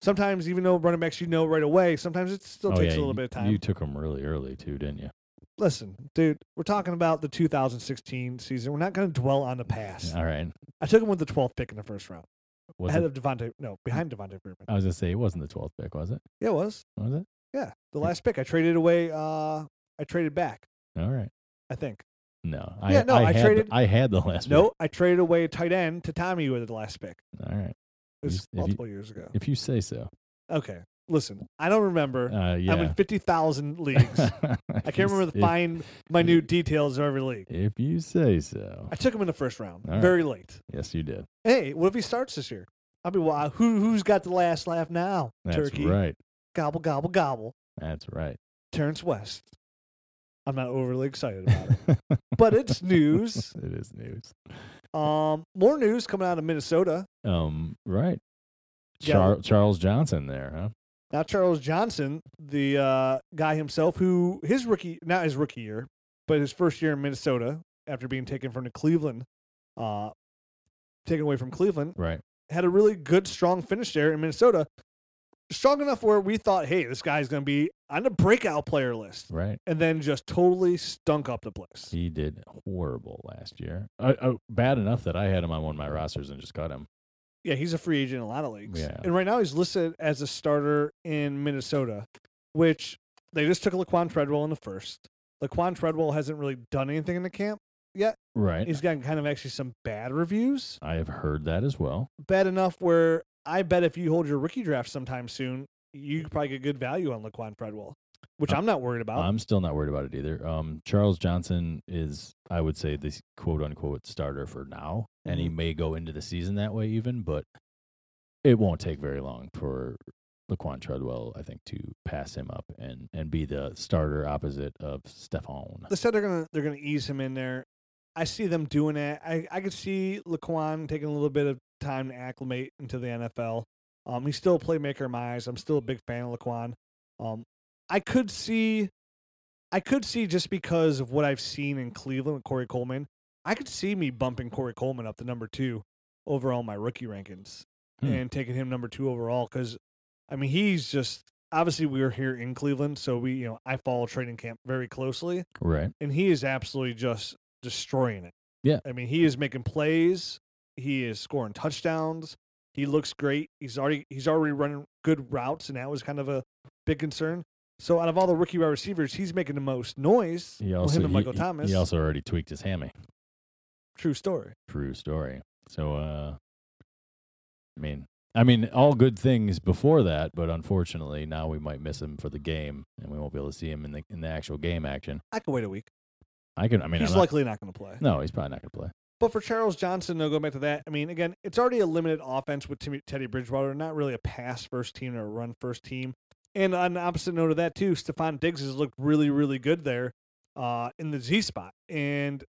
Speaker 2: Sometimes, even though running backs you know right away, sometimes it still
Speaker 3: oh,
Speaker 2: takes
Speaker 3: yeah,
Speaker 2: a little
Speaker 3: you-
Speaker 2: bit of time.
Speaker 3: You took him really early too, didn't you?
Speaker 2: Listen, dude, we're talking about the 2016 season. We're not going to dwell on the past.
Speaker 3: All right.
Speaker 2: I took him with the 12th pick in the first round,
Speaker 3: Was
Speaker 2: ahead
Speaker 3: it, Uh,
Speaker 2: of Devontae. No, behind Devontae Freeman.
Speaker 3: I was gonna say it wasn't the twelfth pick, was it?
Speaker 2: Yeah, it was.
Speaker 3: Was it?
Speaker 2: Yeah, the
Speaker 3: Yeah.
Speaker 2: last pick I traded away. Uh, I traded back.
Speaker 3: All right.
Speaker 2: I think.
Speaker 3: No.
Speaker 2: Yeah,
Speaker 3: I,
Speaker 2: no,
Speaker 3: I,
Speaker 2: I
Speaker 3: had the-
Speaker 2: traded-
Speaker 3: I had the last.
Speaker 2: No, I traded away tight end to Tommy with the last pick.
Speaker 3: Pick. All right.
Speaker 2: It was
Speaker 3: s- if you-
Speaker 2: multiple years ago.
Speaker 3: If you say so.
Speaker 2: Okay, listen, I don't remember.
Speaker 3: Uh,
Speaker 2: I'm
Speaker 3: yeah.
Speaker 2: in fifty thousand leagues. I can't remember the fine minute details of every league.
Speaker 3: If you say so.
Speaker 2: I took him in the first round,
Speaker 3: All right.
Speaker 2: very late.
Speaker 3: Yes, you did.
Speaker 2: Hey, what if he starts this year? I'll be well. Who who's got the last laugh now?
Speaker 3: That's
Speaker 2: Turkey
Speaker 3: right.
Speaker 2: gobble gobble gobble.
Speaker 3: That's right.
Speaker 2: Terrence West. I'm not overly excited about it, but it's news.
Speaker 3: it is news.
Speaker 2: Um, more news coming out of Minnesota.
Speaker 3: Um, right.
Speaker 2: Yeah.
Speaker 3: Char- Charles Johnson there, huh?
Speaker 2: Now Charles Johnson, the uh, guy himself, who his rookie not his rookie year, but his first year in Minnesota after being taken from the Cleveland, uh, taken away from Cleveland,
Speaker 3: Right.
Speaker 2: had a really good strong finish there in Minnesota, strong enough where we thought, hey, this guy's going to be on the breakout player list,
Speaker 3: Right.
Speaker 2: and then just totally stunk up the place.
Speaker 3: He did horrible last year. Uh, uh, bad enough that I had him on one of my rosters and just cut him.
Speaker 2: Yeah, he's a free agent in a lot of leagues.
Speaker 3: Yeah.
Speaker 2: And right now he's listed as a starter in Minnesota, which they just took Laquan Treadwell in the first. Laquan Treadwell hasn't really done anything in the camp.
Speaker 3: Right.
Speaker 2: He's gotten kind of actually some bad reviews.
Speaker 3: I have heard that as well.
Speaker 2: Bad enough where I bet if you hold your rookie draft sometime soon, you could probably get good value on Laquan Treadwell, which
Speaker 3: Uh,
Speaker 2: I'm not worried about.
Speaker 3: I'm still not worried about it either. Um, Charles Johnson is, I would say, the quote unquote starter for now, and he may go into the season that way even, but it won't take very long for Laquan Treadwell, I think, to pass him up and and be the starter opposite of Stephon.
Speaker 2: they said they're gonna they're gonna ease him in there. I see them doing that. I I could see Laquan taking a little bit of time to acclimate into the NFL. Um, he's still a playmaker in my eyes. I'm still a big fan of Laquan. Um, I could see, I could see just because of what I've seen in Cleveland with Corey Coleman, I could see me bumping Corey Coleman up to number two overall in my rookie rankings
Speaker 3: Hmm.
Speaker 2: and taking him number two overall because, I mean, he's just obviously we were here in Cleveland, so we you know I follow training camp very closely
Speaker 3: Right.
Speaker 2: and he is absolutely just destroying it.
Speaker 3: Yeah.
Speaker 2: I mean, he is making plays. He is scoring touchdowns. He looks great. He's already he's already running good routes, and that was kind of a big concern. So out of all the rookie wide receivers, he's making the most noise.
Speaker 3: He
Speaker 2: Well,
Speaker 3: also
Speaker 2: him and
Speaker 3: he-
Speaker 2: Michael
Speaker 3: he-
Speaker 2: Thomas.
Speaker 3: He also already tweaked his hammy.
Speaker 2: True story.
Speaker 3: True story. So, uh, I mean, I mean, all good things before that, but unfortunately, now we might miss him for the game, and we won't be able to see him in the in the actual game action.
Speaker 2: I could wait a week.
Speaker 3: I can. I mean,
Speaker 2: he's
Speaker 3: I'm not-
Speaker 2: likely not going to play.
Speaker 3: no, he's probably not going to play.
Speaker 2: But for Charles Johnson, though, going back to that, I mean, again, it's already a limited offense with Timmy, Teddy Bridgewater, not really a pass first team or a run first team. And on the opposite note of that, too, Stephon Diggs has looked really, really good there uh, in the Z spot. And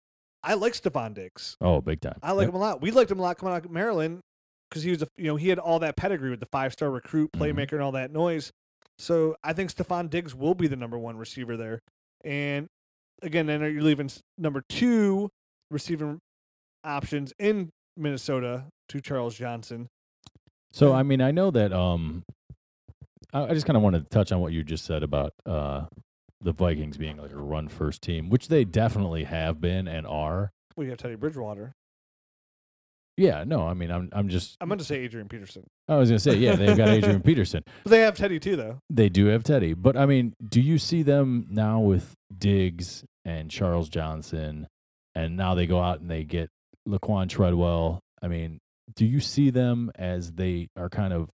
Speaker 2: I like Stephon Diggs.
Speaker 3: Oh, big time.
Speaker 2: I like
Speaker 3: Yep.
Speaker 2: him a lot. We liked him a lot coming out of Maryland because he was, a, you know, he had all that pedigree with the five star recruit,
Speaker 3: Mhm.
Speaker 2: playmaker, and all that noise. So I think Stephon Diggs will be the number one receiver there. And again, then you're leaving s- number two receiving options in Minnesota to Charles Johnson.
Speaker 3: So, I mean, I know that. Um, I, I just kind of wanted to touch on what you just said about uh, the Vikings being like a run first team, which they definitely have been and are.
Speaker 2: We have Teddy Bridgewater.
Speaker 3: Yeah. No, I mean, I'm I'm just.
Speaker 2: I meant to say Adrian Peterson.
Speaker 3: I was going to say, yeah, they've got Adrian Peterson.
Speaker 2: But they have Teddy too, though.
Speaker 3: They do have Teddy, but I mean, do you see them now with Diggs and Charles Johnson, and now they go out and they get Laquan Treadwell? I mean, do you see them as they are kind of?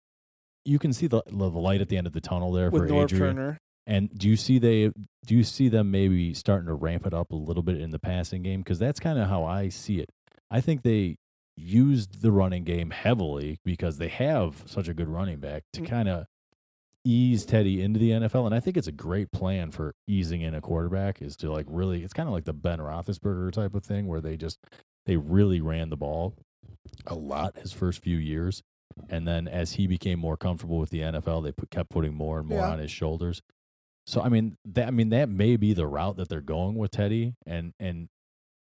Speaker 3: You can see the, the light at the end of the tunnel there
Speaker 2: With
Speaker 3: for
Speaker 2: Norv
Speaker 3: Adrian.
Speaker 2: Turner.
Speaker 3: And do you see they? Do you see them maybe starting to ramp it up a little bit in the passing game? Because that's kind of how I see it. I think they used the running game heavily because they have such a good running back to
Speaker 2: Mm.
Speaker 3: kind of ease Teddy into the NFL. And I think it's a great plan for easing in a quarterback is to like really. It's kind of like the Ben Roethlisberger type of thing where they just they really ran the ball a lot his first few years. And then as he became more comfortable with the NFL, they put, kept putting more and more
Speaker 2: Yeah.
Speaker 3: on his shoulders. So I mean that I mean that may be the route that they're going with Teddy and and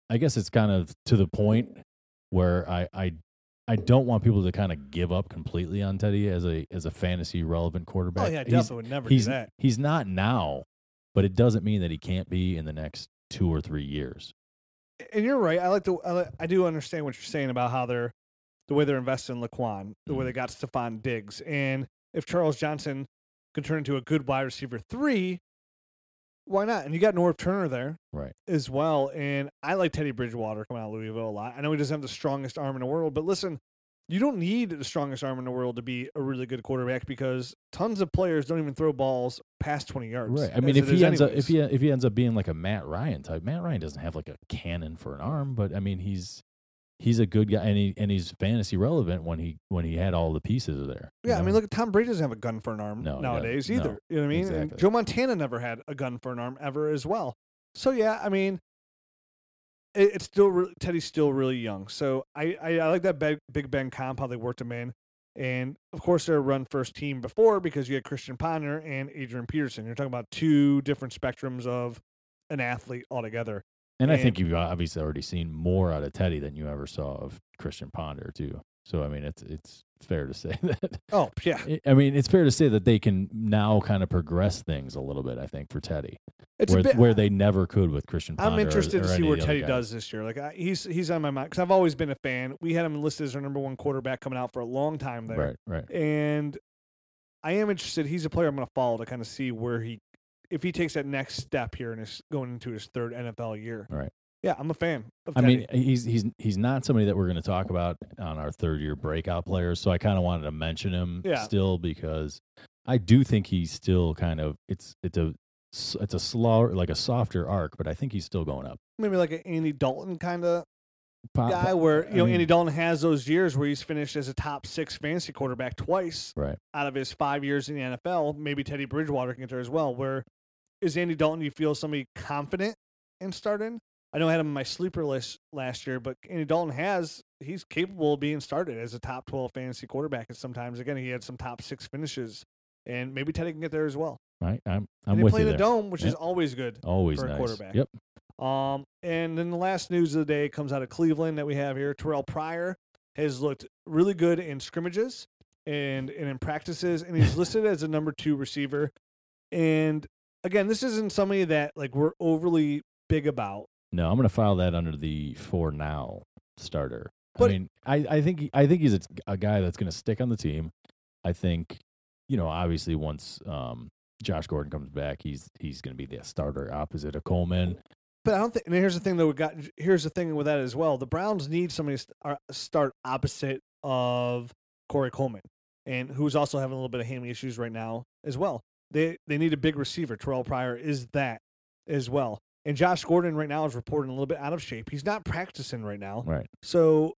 Speaker 3: I guess it's kind of to the point where I I I don't want people to kind of give up completely on Teddy as a as a fantasy relevant quarterback.
Speaker 2: Oh, yeah,
Speaker 3: He's-
Speaker 2: definitely would never do
Speaker 3: he's
Speaker 2: that.
Speaker 3: he's not now, but it doesn't mean that he can't be in the next two or three years.
Speaker 2: and you're right. I like the I, li- I do understand what you're saying about how they're the way they're invested in Laquan, the way
Speaker 3: Mhm.
Speaker 2: they got Stephon Diggs, and if Charles Johnson could turn into a good wide receiver three, why not? And you got Norv Turner there,
Speaker 3: Right.
Speaker 2: as well. And I like Teddy Bridgewater coming out of Louisville a lot. I know he doesn't have the strongest arm in the world, but listen, you don't need the strongest arm in the world to be a really good quarterback because tons of players don't even throw balls past twenty yards.
Speaker 3: Right. I mean,
Speaker 2: as
Speaker 3: if
Speaker 2: it is
Speaker 3: he ends up
Speaker 2: anyways.
Speaker 3: if he if he ends up being like a Matt Ryan type, Matt Ryan doesn't have like a cannon for an arm, but I mean he's he's a good guy and he and he's fantasy relevant when he when he had all the pieces there. you
Speaker 2: Yeah, I mean,
Speaker 3: know?
Speaker 2: look at Tom Brady doesn't have a gun for an arm
Speaker 3: No, he
Speaker 2: nowadays
Speaker 3: doesn't.
Speaker 2: either.
Speaker 3: No,
Speaker 2: you know what I mean? And
Speaker 3: exactly.
Speaker 2: Joe Montana never had a gun for an arm ever as well. So yeah, I mean, it, it's still re- Teddy's still really young. So I I, I like that Big, Big Ben comp how they worked him in, and of course they're a run first team before because you had Christian Ponder and Adrian Peterson. You're talking about two different spectrums of an athlete altogether.
Speaker 3: and I
Speaker 2: and-
Speaker 3: think you've obviously already seen more out of Teddy than you ever saw of Christian Ponder too. So I mean, it's it's fair to say that. eh,
Speaker 2: Oh yeah,
Speaker 3: I- I mean, it's fair to say that they can now kind of progress things a little bit. I think for Teddy,
Speaker 2: it's
Speaker 3: where
Speaker 2: a bit
Speaker 3: where they never could with Christian. Ponder
Speaker 2: I'm
Speaker 3: or-
Speaker 2: interested
Speaker 3: or
Speaker 2: to see
Speaker 3: any of
Speaker 2: where
Speaker 3: the other
Speaker 2: Teddy
Speaker 3: guys.
Speaker 2: does this year. Like I, he's he's on my mind because I've always been a fan. We had him listed as our number one quarterback coming out for a long time there,
Speaker 3: Right, right.
Speaker 2: and I am interested. He's a player I'm going to follow to kind of see where he if he takes that next step here and is going into his third NFL year.
Speaker 3: Right.
Speaker 2: Yeah, I'm a fan. Of
Speaker 3: I
Speaker 2: Teddy.
Speaker 3: mean, he's he's he's not somebody that we're going to talk about on our third year breakout players. So I kind of wanted to mention him
Speaker 2: Yeah.
Speaker 3: still because I do think he's still kind of it's it's a s- it's a slower like a softer arc, but I think he's still going up.
Speaker 2: maybe like an Andy Dalton kind of
Speaker 3: Pop-
Speaker 2: guy where you know
Speaker 3: Uh, I mean-
Speaker 2: Andy Dalton has those years where he's finished as a top six fantasy quarterback twice
Speaker 3: Right.
Speaker 2: out of his five years in the NFL. Maybe Teddy Bridgewater can get there as well. Where is Andy Dalton? You feel somebody confident in starting? I know I had him on my sleeper list last year, but Andy Dalton has he's capable of being started as a top twelve fantasy quarterback. And sometimes again he had some top six finishes, and maybe Teddy can get there as well.
Speaker 3: right. I'm I'm
Speaker 2: And he
Speaker 3: with
Speaker 2: played
Speaker 3: you
Speaker 2: in
Speaker 3: there.
Speaker 2: a dome, which
Speaker 3: Yeah.
Speaker 2: is always good.
Speaker 3: Always
Speaker 2: for a
Speaker 3: nice.
Speaker 2: quarterback.
Speaker 3: Yep.
Speaker 2: Um, and then the last news of the day comes out of Cleveland that we have here. Terrell Pryor has looked really good in scrimmages and, and in practices, and he's listed as a number two receiver. And again, this isn't somebody that like we're overly big about.
Speaker 3: No, I'm going to file that under the for now starter.
Speaker 2: But-
Speaker 3: I mean, I, I think he- I think he's a, a guy that's going to stick on the team. I think, you know, obviously once um, Josh Gordon comes back, he's he's going to be the starter opposite of Coleman.
Speaker 2: But I don't think. And here's the thing that we got. Here's the thing with that as well. The Browns need somebody to st- uh, start opposite of Corey Coleman, and who's also having a little bit of hammy issues right now as well. They they need a big receiver. Terrell Pryor is that as well. And Josh Gordon right now is reporting a little bit out of shape. He's not practicing right now.
Speaker 3: Right.
Speaker 2: So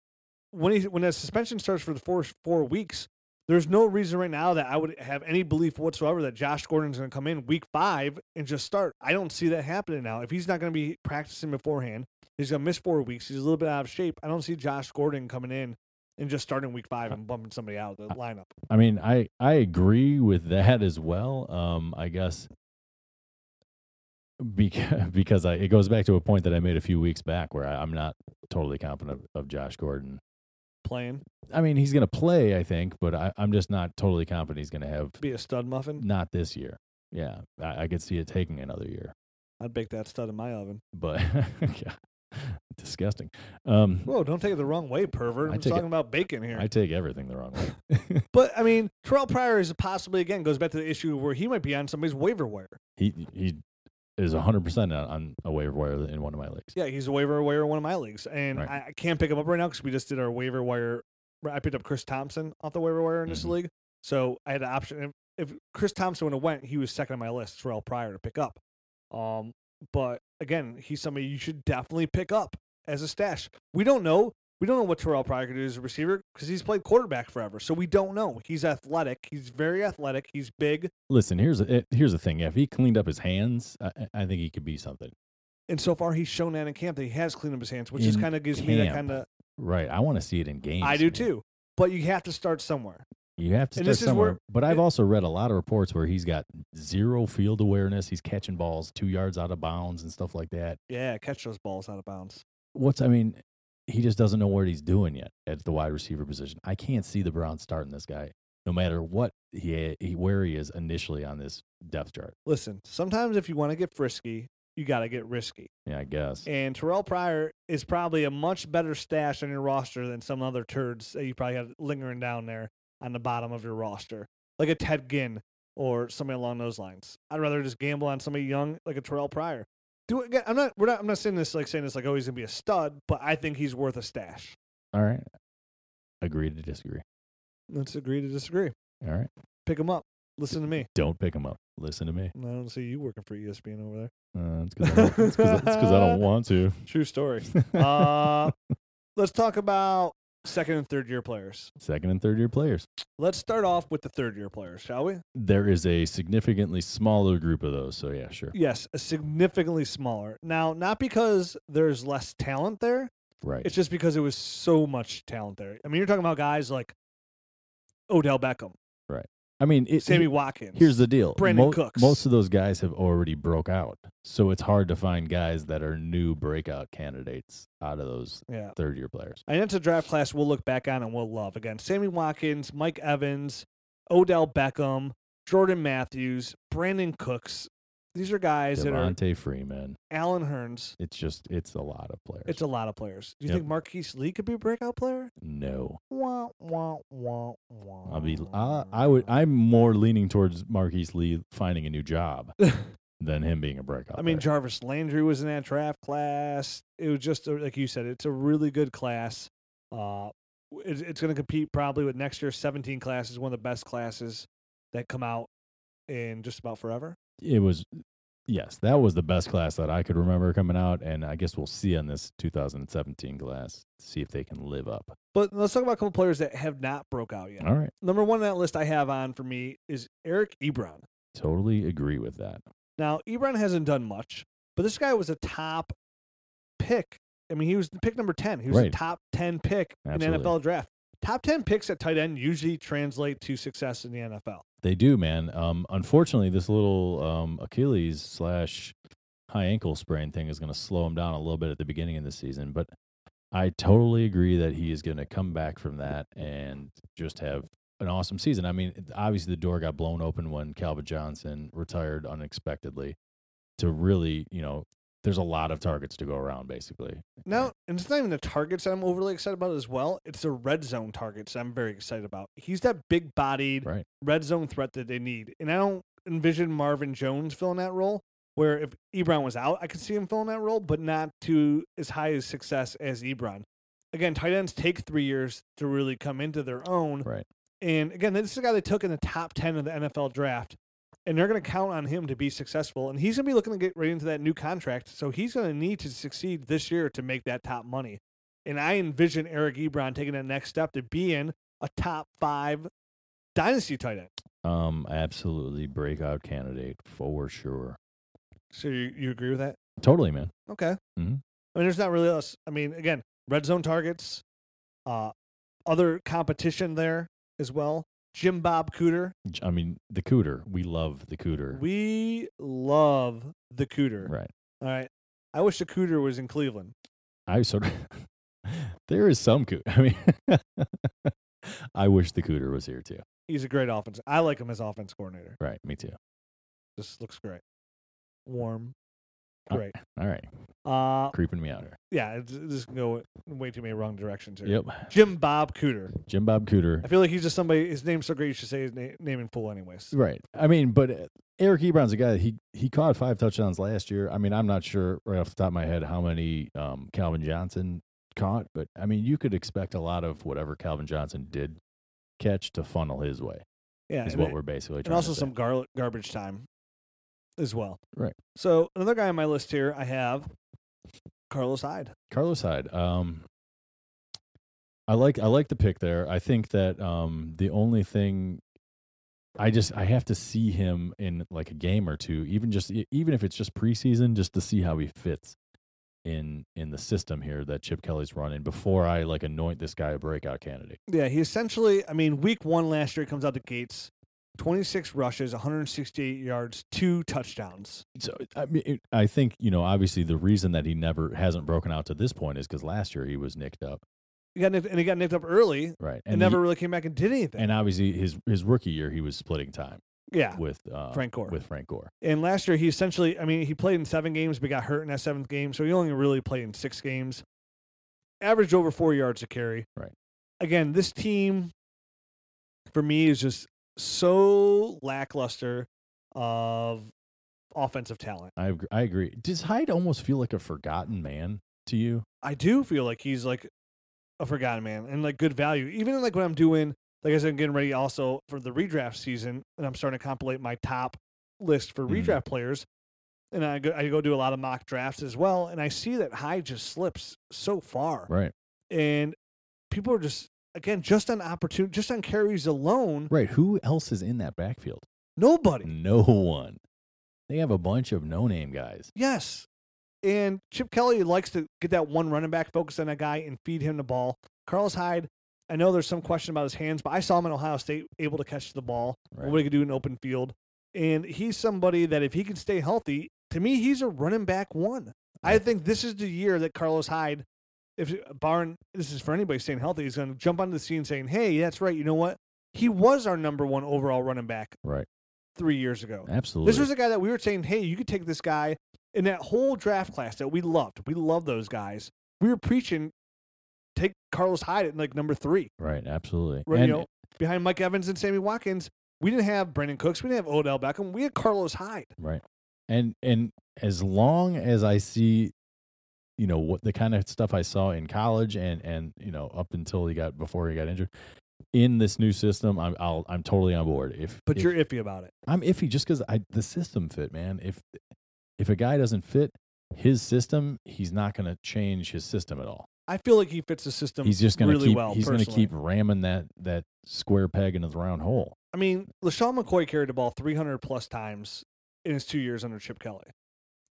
Speaker 2: when he when that suspension starts for the first four weeks, there's no reason right now that I would have any belief whatsoever that Josh Gordon's going to come in week five and just start. I don't see that happening now. If he's not going to be practicing beforehand, he's going to miss four weeks. He's a little bit out of shape. I don't see Josh Gordon coming in and just starting week five and bumping somebody out of the lineup.
Speaker 3: I mean, I I agree with that as well. Um, I guess because because I, it goes back to a point that I made a few weeks back where I, I'm not totally confident of, of Josh Gordon.
Speaker 2: Playing,
Speaker 3: I mean, he's going to play, I think, but I, I'm just not totally confident he's going to have
Speaker 2: be a stud muffin.
Speaker 3: not this year. Yeah, I, I could see it taking another year,
Speaker 2: I'd bake that stud in my oven.
Speaker 3: but yeah, disgusting. Um,
Speaker 2: Whoa, don't take it the wrong way, pervert.
Speaker 3: I
Speaker 2: I'm
Speaker 3: take it-
Speaker 2: talking about bacon here.
Speaker 3: I take everything the wrong way.
Speaker 2: but I mean, Terrell Pryor is possibly again goes back to the issue where he might be on somebody's waiver wire.
Speaker 3: He he is 100 percent on a waiver wire in one of my leagues.
Speaker 2: Yeah, he's a waiver wire in one of my leagues, and
Speaker 3: Right.
Speaker 2: I, I can't pick him up right now because we just did our waiver wire. I picked up Chris Thompson off the waiver wire in this
Speaker 3: Mhm.
Speaker 2: league, so I had the option. If, if Chris Thompson would have went, he was second on my list. Terrell Pryor to pick up. Um, but again, he's somebody you should definitely pick up as a stash. We don't know. We don't know what Terrell Pryor could do as a receiver because he's played quarterback forever, so we don't know. He's athletic. He's very athletic. He's big.
Speaker 3: Listen, here's a, here's the thing. If he cleaned up his hands, I, I- I think he could be something.
Speaker 2: And so far, he's shown that in camp that he has cleaned up his hands, which is
Speaker 3: In
Speaker 2: kind of gives me that
Speaker 3: camp.
Speaker 2: kind of.
Speaker 3: Right. I want to see it in games.
Speaker 2: I do
Speaker 3: man.
Speaker 2: too. But you have to start somewhere.
Speaker 3: You have to
Speaker 2: And
Speaker 3: start
Speaker 2: this is
Speaker 3: somewhere.
Speaker 2: where-
Speaker 3: but I've
Speaker 2: it-
Speaker 3: also read a lot of reports where he's got zero field awareness. He's catching balls two yards out of bounds and stuff like that.
Speaker 2: Yeah, catch those balls out of bounds.
Speaker 3: what's I mean, he just doesn't know what he's doing yet at the wide receiver position. I can't see the Browns starting this guy, no matter what he, he where he is initially on this depth chart.
Speaker 2: Listen, sometimes if you want to get frisky, you got to get risky.
Speaker 3: Yeah, I guess.
Speaker 2: And Terrell Pryor is probably a much better stash on your roster than some other turds that you probably have lingering down there on the bottom of your roster, like a Ted Ginn or somebody along those lines. I'd rather just gamble on somebody young like a Terrell Pryor. Do it again. I'm not. We're not. I'm not saying this like saying this like oh he's gonna be a stud, but I think he's worth a stash.
Speaker 3: All right, agree to disagree.
Speaker 2: Let's agree to disagree.
Speaker 3: All right,
Speaker 2: Pick him up. Listen to me.
Speaker 3: don't pick him up. Listen to me.
Speaker 2: I don't see you working for E ESPN over there.
Speaker 3: Uh, it's because I, don't want to.
Speaker 2: True story. Uh, let's talk about second and third year players.
Speaker 3: Second and third year players.
Speaker 2: Let's start off with the third year players, shall we?
Speaker 3: There is a significantly smaller group of those. So yeah, sure.
Speaker 2: Yes, a significantly smaller. Now, not because there's less talent there,
Speaker 3: Right.
Speaker 2: it's just because it was so much talent there. I mean, you're talking about guys like Odell Beckham,
Speaker 3: I mean, it,
Speaker 2: Sammy Watkins.
Speaker 3: Here's the deal.
Speaker 2: Brandon Cooks.
Speaker 3: Most of those guys have already broke out. So it's hard to find guys that are new breakout candidates out of those
Speaker 2: yeah.
Speaker 3: third year players.
Speaker 2: And that's a draft class we'll look back on and we'll love. Again, Sammy Watkins, Mike Evans, Odell Beckham, Jordan Matthews, Brandon Cooks. These are guys that
Speaker 3: Devontae Freeman.
Speaker 2: are Alan Hearns.
Speaker 3: It's just it's a lot of players.
Speaker 2: It's a lot of players. Do you
Speaker 3: Yep.
Speaker 2: think Marquise Lee could be a breakout player?
Speaker 3: no.
Speaker 2: Wah, wah, wah, wah.
Speaker 3: I'll be I, I would I'm more leaning towards Marquise Lee finding a new job than him being a breakout.
Speaker 2: I mean,
Speaker 3: player.
Speaker 2: Jarvis Landry was in that draft class. It was just a, like you said, it's a really good class. Uh, it's, it's going to compete probably with next year's 17 class is one of the best classes that come out in just about forever.
Speaker 3: it was yes, that was the best class that I could remember coming out, and I guess we'll see on this 2017 class see if they can live up.
Speaker 2: But let's talk about a couple players that have not broke out yet.
Speaker 3: All right,
Speaker 2: Number one on that list I have on for me is Eric Ebron.
Speaker 3: totally agree with that.
Speaker 2: Now, Ebron hasn't done much, but this guy was a top pick. I mean, he was pick number 10. He was
Speaker 3: Right.
Speaker 2: a top 10 pick
Speaker 3: Absolutely.
Speaker 2: in the NFL draft. Top 10 picks at tight end usually translate to success in the NFL.
Speaker 3: They do, man. Um, unfortunately, this little um, Achilles slash high ankle sprain thing is going to slow him down a little bit at the beginning of the season. But I totally agree that he is going to come back from that and just have an awesome season. I mean, obviously, the door got blown open when Calvin Johnson retired unexpectedly. To really, you know, there's a lot of targets to go around, basically.
Speaker 2: Now, and it's not even the targets I'm overly excited about as well. It's the red zone targets I'm very excited about. He's that big bodied
Speaker 3: Right.
Speaker 2: red zone threat that they need. And I don't envision Marvin Jones filling that role, where if Ebron was out, I could see him filling that role, but not to as high as success as Ebron. Again, tight ends take three years to really come into their own.
Speaker 3: Right.
Speaker 2: And again, this is a guy they took in the top 10 of the NFL draft, and they're going to count on him to be successful. And he's going to be looking to get right into that new contract. So he's going to need to succeed this year to make that top money. And I envision Eric Ebron taking that next step to being a top five dynasty tight end.
Speaker 3: Um, absolutely breakout candidate for sure.
Speaker 2: So you, you agree with that?
Speaker 3: Totally, man.
Speaker 2: Okay. I
Speaker 3: Mhm.
Speaker 2: mean, there's not really else. I mean, again, red zone targets, uh, other competition there as well. Jim Bob Cooter.
Speaker 3: J- I mean, the cooter. We love the cooter.
Speaker 2: We love the Cooter.
Speaker 3: right.
Speaker 2: All right. I wish the Cooter was in Cleveland.
Speaker 3: I sort of. there is some coot. I mean, I wish the cooter was here too.
Speaker 2: He's a great offense. I like him as offense coordinator.
Speaker 3: Right, me too.
Speaker 2: Just looks great. Warm.
Speaker 3: Uh,
Speaker 2: Great.
Speaker 3: All right,
Speaker 2: Uh,
Speaker 3: creeping me out here.
Speaker 2: yeah, it's, this can go way too many wrong directions here.
Speaker 3: Yep,
Speaker 2: Jim Bob Cooter.
Speaker 3: Jim Bob Cooter.
Speaker 2: I feel like he's just somebody. His name's so great, you should say his na- name in full, anyways.
Speaker 3: Right. I mean, but uh, Eric Ebron's a guy. that He he caught five touchdowns last year. I mean, I'm not sure right off the top of my head how many um, Calvin Johnson caught, but I mean, you could expect a lot of whatever Calvin Johnson did catch to funnel his way.
Speaker 2: Yeah,
Speaker 3: Is
Speaker 2: and
Speaker 3: what
Speaker 2: it-
Speaker 3: we're basically trying
Speaker 2: and also
Speaker 3: to say.
Speaker 2: some gar- garbage time as well.
Speaker 3: Right.
Speaker 2: So another guy on my list here, I have Carlos Hyde.
Speaker 3: Carlos Hyde. Um, I like I like the pick there. I think that um, the only thing I just I have to see him in like a game or two, even just e, even if it's just preseason, just to see how he fits in in the system here that Chip Kelly's running before I like anoint this guy a breakout candidate.
Speaker 2: Yeah, he essentially, I mean, week one last year he comes out the gates, 26 rushes, 168 yards, two touchdowns.
Speaker 3: So I mean, it, I think you know obviously the reason that he never hasn't broken out to this point is because last year he was nicked up,
Speaker 2: He got nicked, and he got nicked up early and,
Speaker 3: right?
Speaker 2: never
Speaker 3: he-
Speaker 2: really came back and did anything.
Speaker 3: and obviously his his rookie year he was splitting time
Speaker 2: yeah,
Speaker 3: with uh,
Speaker 2: Frank Gore.
Speaker 3: with Frank Gore.
Speaker 2: and last year he essentially, I mean, he played in seven games, but got hurt in that seventh game, so he only really played in six games. Averaged over four yards a carry.
Speaker 3: Right.
Speaker 2: Again, this team for me is just so lackluster of offensive talent.
Speaker 3: I ag- I agree. Does Hyde almost feel like a forgotten man to you?
Speaker 2: I do feel like he's like a forgotten man and like good value. Even like when I'm doing, like I said, I'm getting ready also for the redraft season, and I'm starting to compilate my top list for
Speaker 3: Mhm.
Speaker 2: redraft players. And I go, I go do a lot of mock drafts as well, and I see that Hyde just slips so far,
Speaker 3: Right.
Speaker 2: and people are just again just on opportunity, just on carries alone.
Speaker 3: Right. Who else is in that backfield?
Speaker 2: Nobody.
Speaker 3: No one. They have a bunch of no name guys.
Speaker 2: Yes. And Chip Kelly likes to get that one running back, focus on that guy, and feed him the ball. Carlos Hyde, I know there's some question about his hands, but I saw him in Ohio State able to catch the ball,
Speaker 3: Right.
Speaker 2: what he could do in open field. And he's somebody that if he can stay healthy, to me, he's a running back one. I
Speaker 3: Right.
Speaker 2: think this is the year that Carlos Hyde, if Barn, this is for anybody staying healthy, he's going to jump onto the scene saying, hey, that's right. You know what? He was our number one overall running back
Speaker 3: Right.
Speaker 2: three years ago.
Speaker 3: Absolutely.
Speaker 2: This was a guy that we were saying, hey, you could take this guy in that whole draft class that we loved. We love those guys. We were preaching, take Carlos Hyde at like number three,
Speaker 3: right. Absolutely.
Speaker 2: right,
Speaker 3: and
Speaker 2: you know, behind Mike Evans and Sammy Watkins. We didn't have Brandon Cooks. We didn't have Odell Beckham. We had Carlos Hyde.
Speaker 3: right. and and as long as I see, you know, what the kind of stuff I saw in college and and you know up until he got before he got injured. In this new system, I'm I'll, I'm totally on board. If
Speaker 2: But
Speaker 3: if,
Speaker 2: you're iffy about it.
Speaker 3: I'm iffy just because I the system fit, man. If if a guy doesn't fit his system, he's not going to change his system at all.
Speaker 2: I feel like he fits the system.
Speaker 3: He's just going to
Speaker 2: really
Speaker 3: keep
Speaker 2: well.
Speaker 3: he's going to
Speaker 2: personally.
Speaker 3: keep ramming that that square peg into the round hole.
Speaker 2: I mean, LaShawn McCoy carried the ball 300 plus times in his two years under Chip Kelly.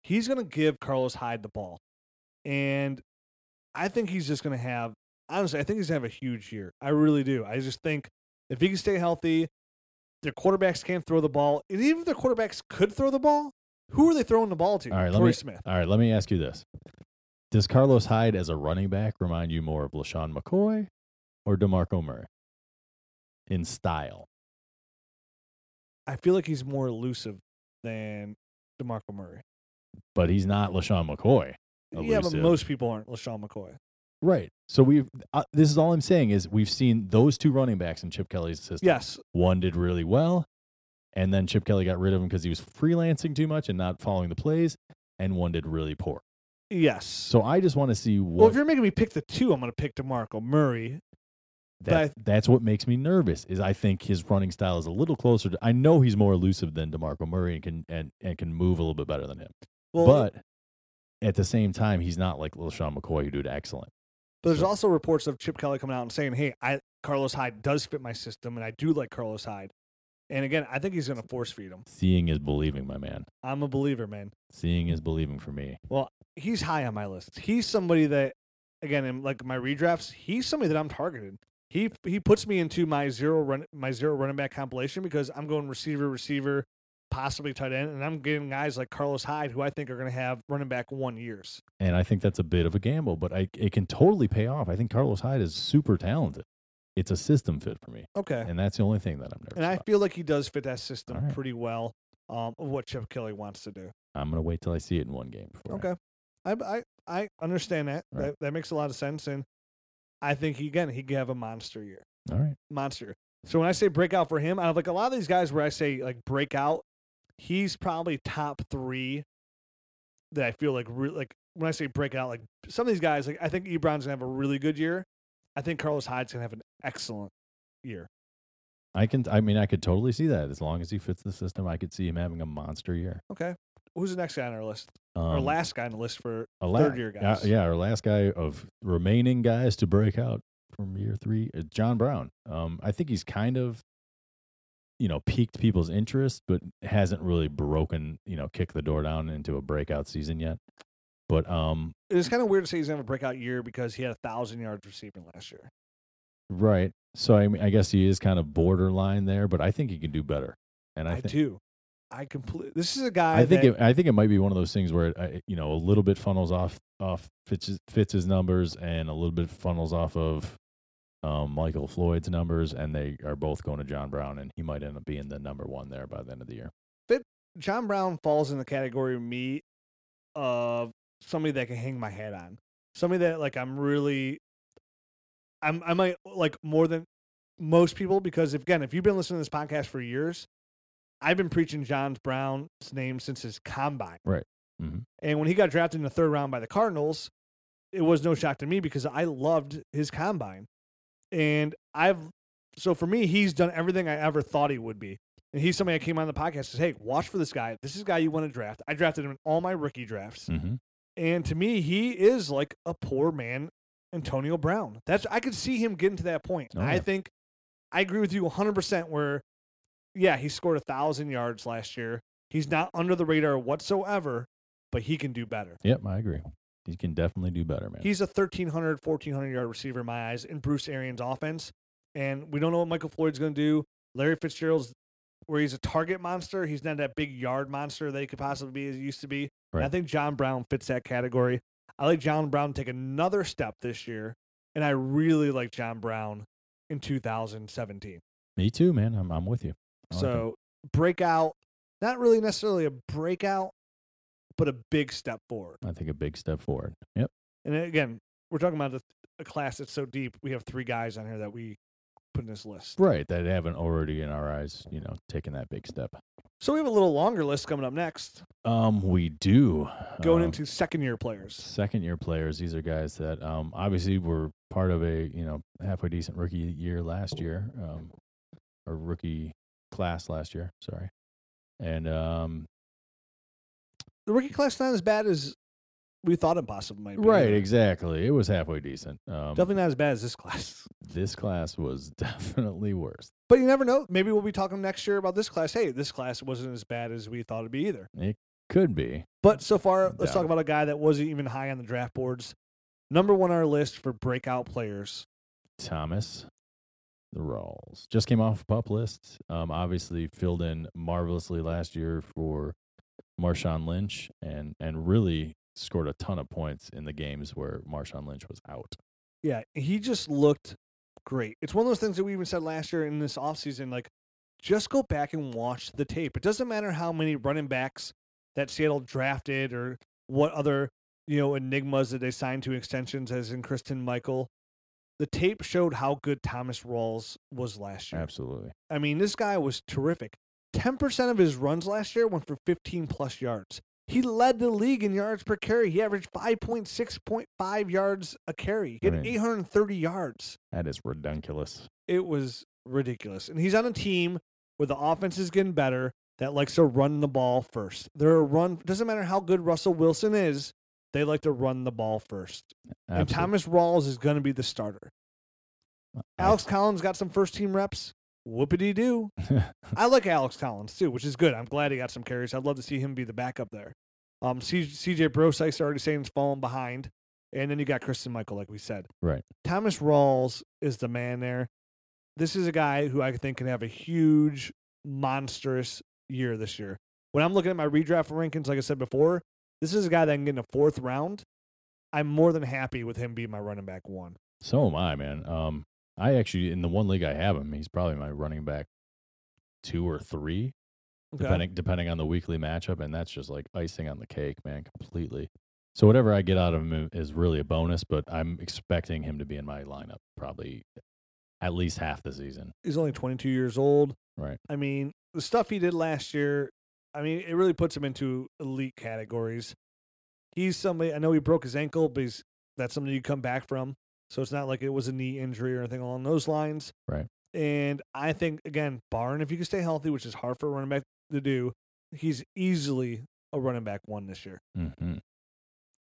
Speaker 2: He's going to give Carlos Hyde the ball. And I think he's just going to have, honestly, I think he's going to have a huge year. I really do. I just think if he can stay healthy, their quarterbacks can't throw the ball. And even if their quarterbacks could throw the ball, who are they throwing the ball to?
Speaker 3: All right, let
Speaker 2: Torrey
Speaker 3: me-
Speaker 2: Smith.
Speaker 3: All right, let me ask you this: Does Carlos Hyde as a running back remind you more of Lashawn McCoy or Demarco Murray in style?
Speaker 2: I feel like he's more elusive than DeMarco Murray.
Speaker 3: But he's not Lashawn McCoy,
Speaker 2: Yeah, but
Speaker 3: Elusive.
Speaker 2: most people aren't LaShawn McCoy.
Speaker 3: right? So we've uh, this is all I'm saying is we've seen those two running backs in Chip Kelly's system.
Speaker 2: Yes,
Speaker 3: One did really well, and then Chip Kelly got rid of him because he was freelancing too much and not following the plays, and one did really poor.
Speaker 2: yes.
Speaker 3: So I just want to see what
Speaker 2: Well, if you're making me pick the two, I'm going to pick DeMarco Murray.
Speaker 3: that, that's what makes me nervous is I think his running style is a little closer to I know he's more elusive than DeMarco Murray and can and, and can move a little bit better than him.
Speaker 2: Well,
Speaker 3: but at the same time, he's not like Lil Sean McCoy who did excellent.
Speaker 2: but there's
Speaker 3: so-
Speaker 2: also reports of Chip Kelly coming out and saying, "Hey, I Carlos Hyde does fit my system, and I do like Carlos Hyde." And again, I think he's going to force feed him.
Speaker 3: Seeing is believing, my man.
Speaker 2: I'm a believer, man.
Speaker 3: Seeing is believing for me.
Speaker 2: He's high on my list. He's somebody that, again, in like my redrafts, he's somebody that I'm targeted. He he puts me into my zero run my zero running back compilation because I'm going receiver receiver, possibly tight end, and I'm getting guys like Carlos Hyde who I think are going to have running back one years.
Speaker 3: And I think that's a bit of a gamble, but I, it can totally pay off. I think Carlos Hyde is super talented. It's a system fit for me.
Speaker 2: Okay.
Speaker 3: And that's the only thing that I'm nervous
Speaker 2: and I
Speaker 3: about.
Speaker 2: feel like he does fit that system
Speaker 3: All right.
Speaker 2: pretty well. Um, of what Chip Kelly wants to do.
Speaker 3: I'm going to wait till I see it in one game. Before I-
Speaker 2: Okay, I I, I understand that.
Speaker 3: Right.
Speaker 2: that. That makes a lot of sense, and I think he, again he could have a monster year,
Speaker 3: All right.
Speaker 2: monster. So when I say breakout for him, out of like a lot of these guys where I say like breakout, he's probably top three. That I feel like re- like when I say breakout, like some of these guys, like I think Ebron's gonna have a really good year. I think Carlos Hyde's gonna have an excellent year.
Speaker 3: I can. I mean, I could totally see that as long as he fits the system. I could see him having a monster year.
Speaker 2: Okay, who's the next guy on our list?
Speaker 3: Um,
Speaker 2: or last guy on the list for
Speaker 3: a
Speaker 2: third-year
Speaker 3: yeah,
Speaker 2: guys.
Speaker 3: yeah, our last guy of remaining guys to break out from year three, uh, John Brown. Um, I think he's kind of, you know, piqued people's interest, but hasn't really broken, you know, kicked the door down into a breakout season yet. But um,
Speaker 2: it's kind of weird to say he's gonna have a breakout year because he had a thousand yards receiving last year.
Speaker 3: right. So I mean, I guess he is kind of borderline there, but I think he can do better. And I,
Speaker 2: I,
Speaker 3: think
Speaker 2: do. I complete. This is a guy.
Speaker 3: I think
Speaker 2: that-
Speaker 3: it, I think it might be one of those things where it, I- you know a little bit funnels off off Fitz's, Fitz's numbers and a little bit funnels off of um, Michael Floyd's numbers, and they are both going to John Brown, and he might end up being the number one there by the end of the year.
Speaker 2: John Brown falls in the category of me of somebody that I can hang my hat on, somebody that like I'm really, I'm I might uh, like more than most people because if, again, if you've been listening to this podcast for years, I've been preaching John Brown's name since his combine.
Speaker 3: Right. Mhm.
Speaker 2: And when he got drafted in the third round by the Cardinals, it was no shock to me because I loved his combine, and I've so for me, he's done everything I ever thought he would be. And he's somebody I came on the podcast and says, Hey, watch for this guy. This is a guy you want to draft. I drafted him in all my rookie drafts.
Speaker 3: Mm-hmm.
Speaker 2: And to me, he is like a poor man, Antonio Brown. That's I could see him getting to that point.
Speaker 3: Oh,
Speaker 2: I
Speaker 3: yeah.
Speaker 2: think I agree with you 100% where, yeah, he scored a 1,000 yards last year. He's not under the radar whatsoever, but he can do better.
Speaker 3: Yep, I agree. He can definitely do better, man.
Speaker 2: He's a 1,300, 1,400 yard receiver in my eyes in Bruce Arians' offense. And we don't know what Michael Floyd's going to do. Larry Fitzgerald's where he's a target monster. He's not that big yard monster that he could possibly be as he used to be. And I
Speaker 3: Right.
Speaker 2: think John Brown fits that category. I like John Brown to take another step this year. And I really like John Brown in 2017.
Speaker 3: Me too, man. I'm I'm with you. I like him.
Speaker 2: So breakout, not really necessarily a breakout, but a big step forward.
Speaker 3: I think a big step forward. Yep.
Speaker 2: And then again, we're talking about a, a class that's so deep. We have three guys on here that we put in this list.
Speaker 3: Right. That haven't already in our eyes, you know, taken that big step.
Speaker 2: So we have a little longer list coming up next,
Speaker 3: Um, we do
Speaker 2: going
Speaker 3: um,
Speaker 2: into second year players.
Speaker 3: second year players. These are guys that um, obviously were part of a you know halfway decent rookie year last year, um, or rookie class last year. Sorry, and um,
Speaker 2: The rookie class not as bad as we thought it possibly might be.
Speaker 3: right, exactly. It was halfway decent. Um,
Speaker 2: Definitely not as bad as this class.
Speaker 3: this class was definitely worse.
Speaker 2: But you never know. Maybe we'll be talking next year about this class. Hey, this class wasn't as bad as we thought it'd be either.
Speaker 3: Could be
Speaker 2: But so far, let's
Speaker 3: Yeah.
Speaker 2: talk about a guy that wasn't even high on the draft boards. Number one on our list for breakout players.
Speaker 3: Thomas. The Rawls just came off pup list. Um, obviously filled in marvelously last year for Marshawn Lynch, and and really scored a ton of points in the games where Marshawn Lynch was out.
Speaker 2: Yeah, he just looked great. It's one of those things that we even said last year in this offseason like, just go back and watch the tape. It doesn't matter how many running backs that Seattle drafted or what other, you know, enigmas that they signed to extensions, as in Kristen Michael. The tape showed how good Thomas Rawls was last year.
Speaker 3: Absolutely.
Speaker 2: I mean, this guy was terrific. 10% of his runs last year went for 15 plus yards. He led the league in yards per carry. He averaged 5.6.5 yards a carry. He had
Speaker 3: Right.
Speaker 2: 830 yards.
Speaker 3: That is redunculous.
Speaker 2: It was ridiculous. And he's on a team where the offense is getting better that likes to run the ball first. They're a run doesn't matter how good Russell Wilson is, they like to run the ball first. And
Speaker 3: Absolute-
Speaker 2: Thomas Rawls is going to be the starter. Alex Collins got some first team reps. Whoopity doo.
Speaker 3: Abs-
Speaker 2: I like Alex Collins too, which is good. I'm glad he got some carries. I'd love to see him be the backup there. Um, C- CJ Brosice already saying he's falling behind, and then you got Kristen Michael, like we said.
Speaker 3: Right.
Speaker 2: Thomas Rawls is the man there. This is a guy who I think can have a huge, monstrous year this year. When I'm looking at my redraft rankings, like I said before, this is a guy that I can get in the fourth round. I'm more than happy with him being my running back one.
Speaker 3: so am I, man. Um, I actually in the one league I have him, he's probably my running back two or three, depending depending on the weekly matchup, and that's just like icing on the cake, man, completely. So whatever I get out of him is really a bonus, but I'm expecting him to be in my lineup probably at least half the season.
Speaker 2: He's only 22 years old.
Speaker 3: Right.
Speaker 2: I mean, the stuff he did last year, I mean, it really puts him into elite categories. He's somebody I know he broke his ankle, but he's that's something you come back from. So it's not like it was a knee injury or anything along those lines.
Speaker 3: Right.
Speaker 2: And I think again, Barn, if you can stay healthy, which is hard for a running back to do, he's easily a running back one this year.
Speaker 3: hmm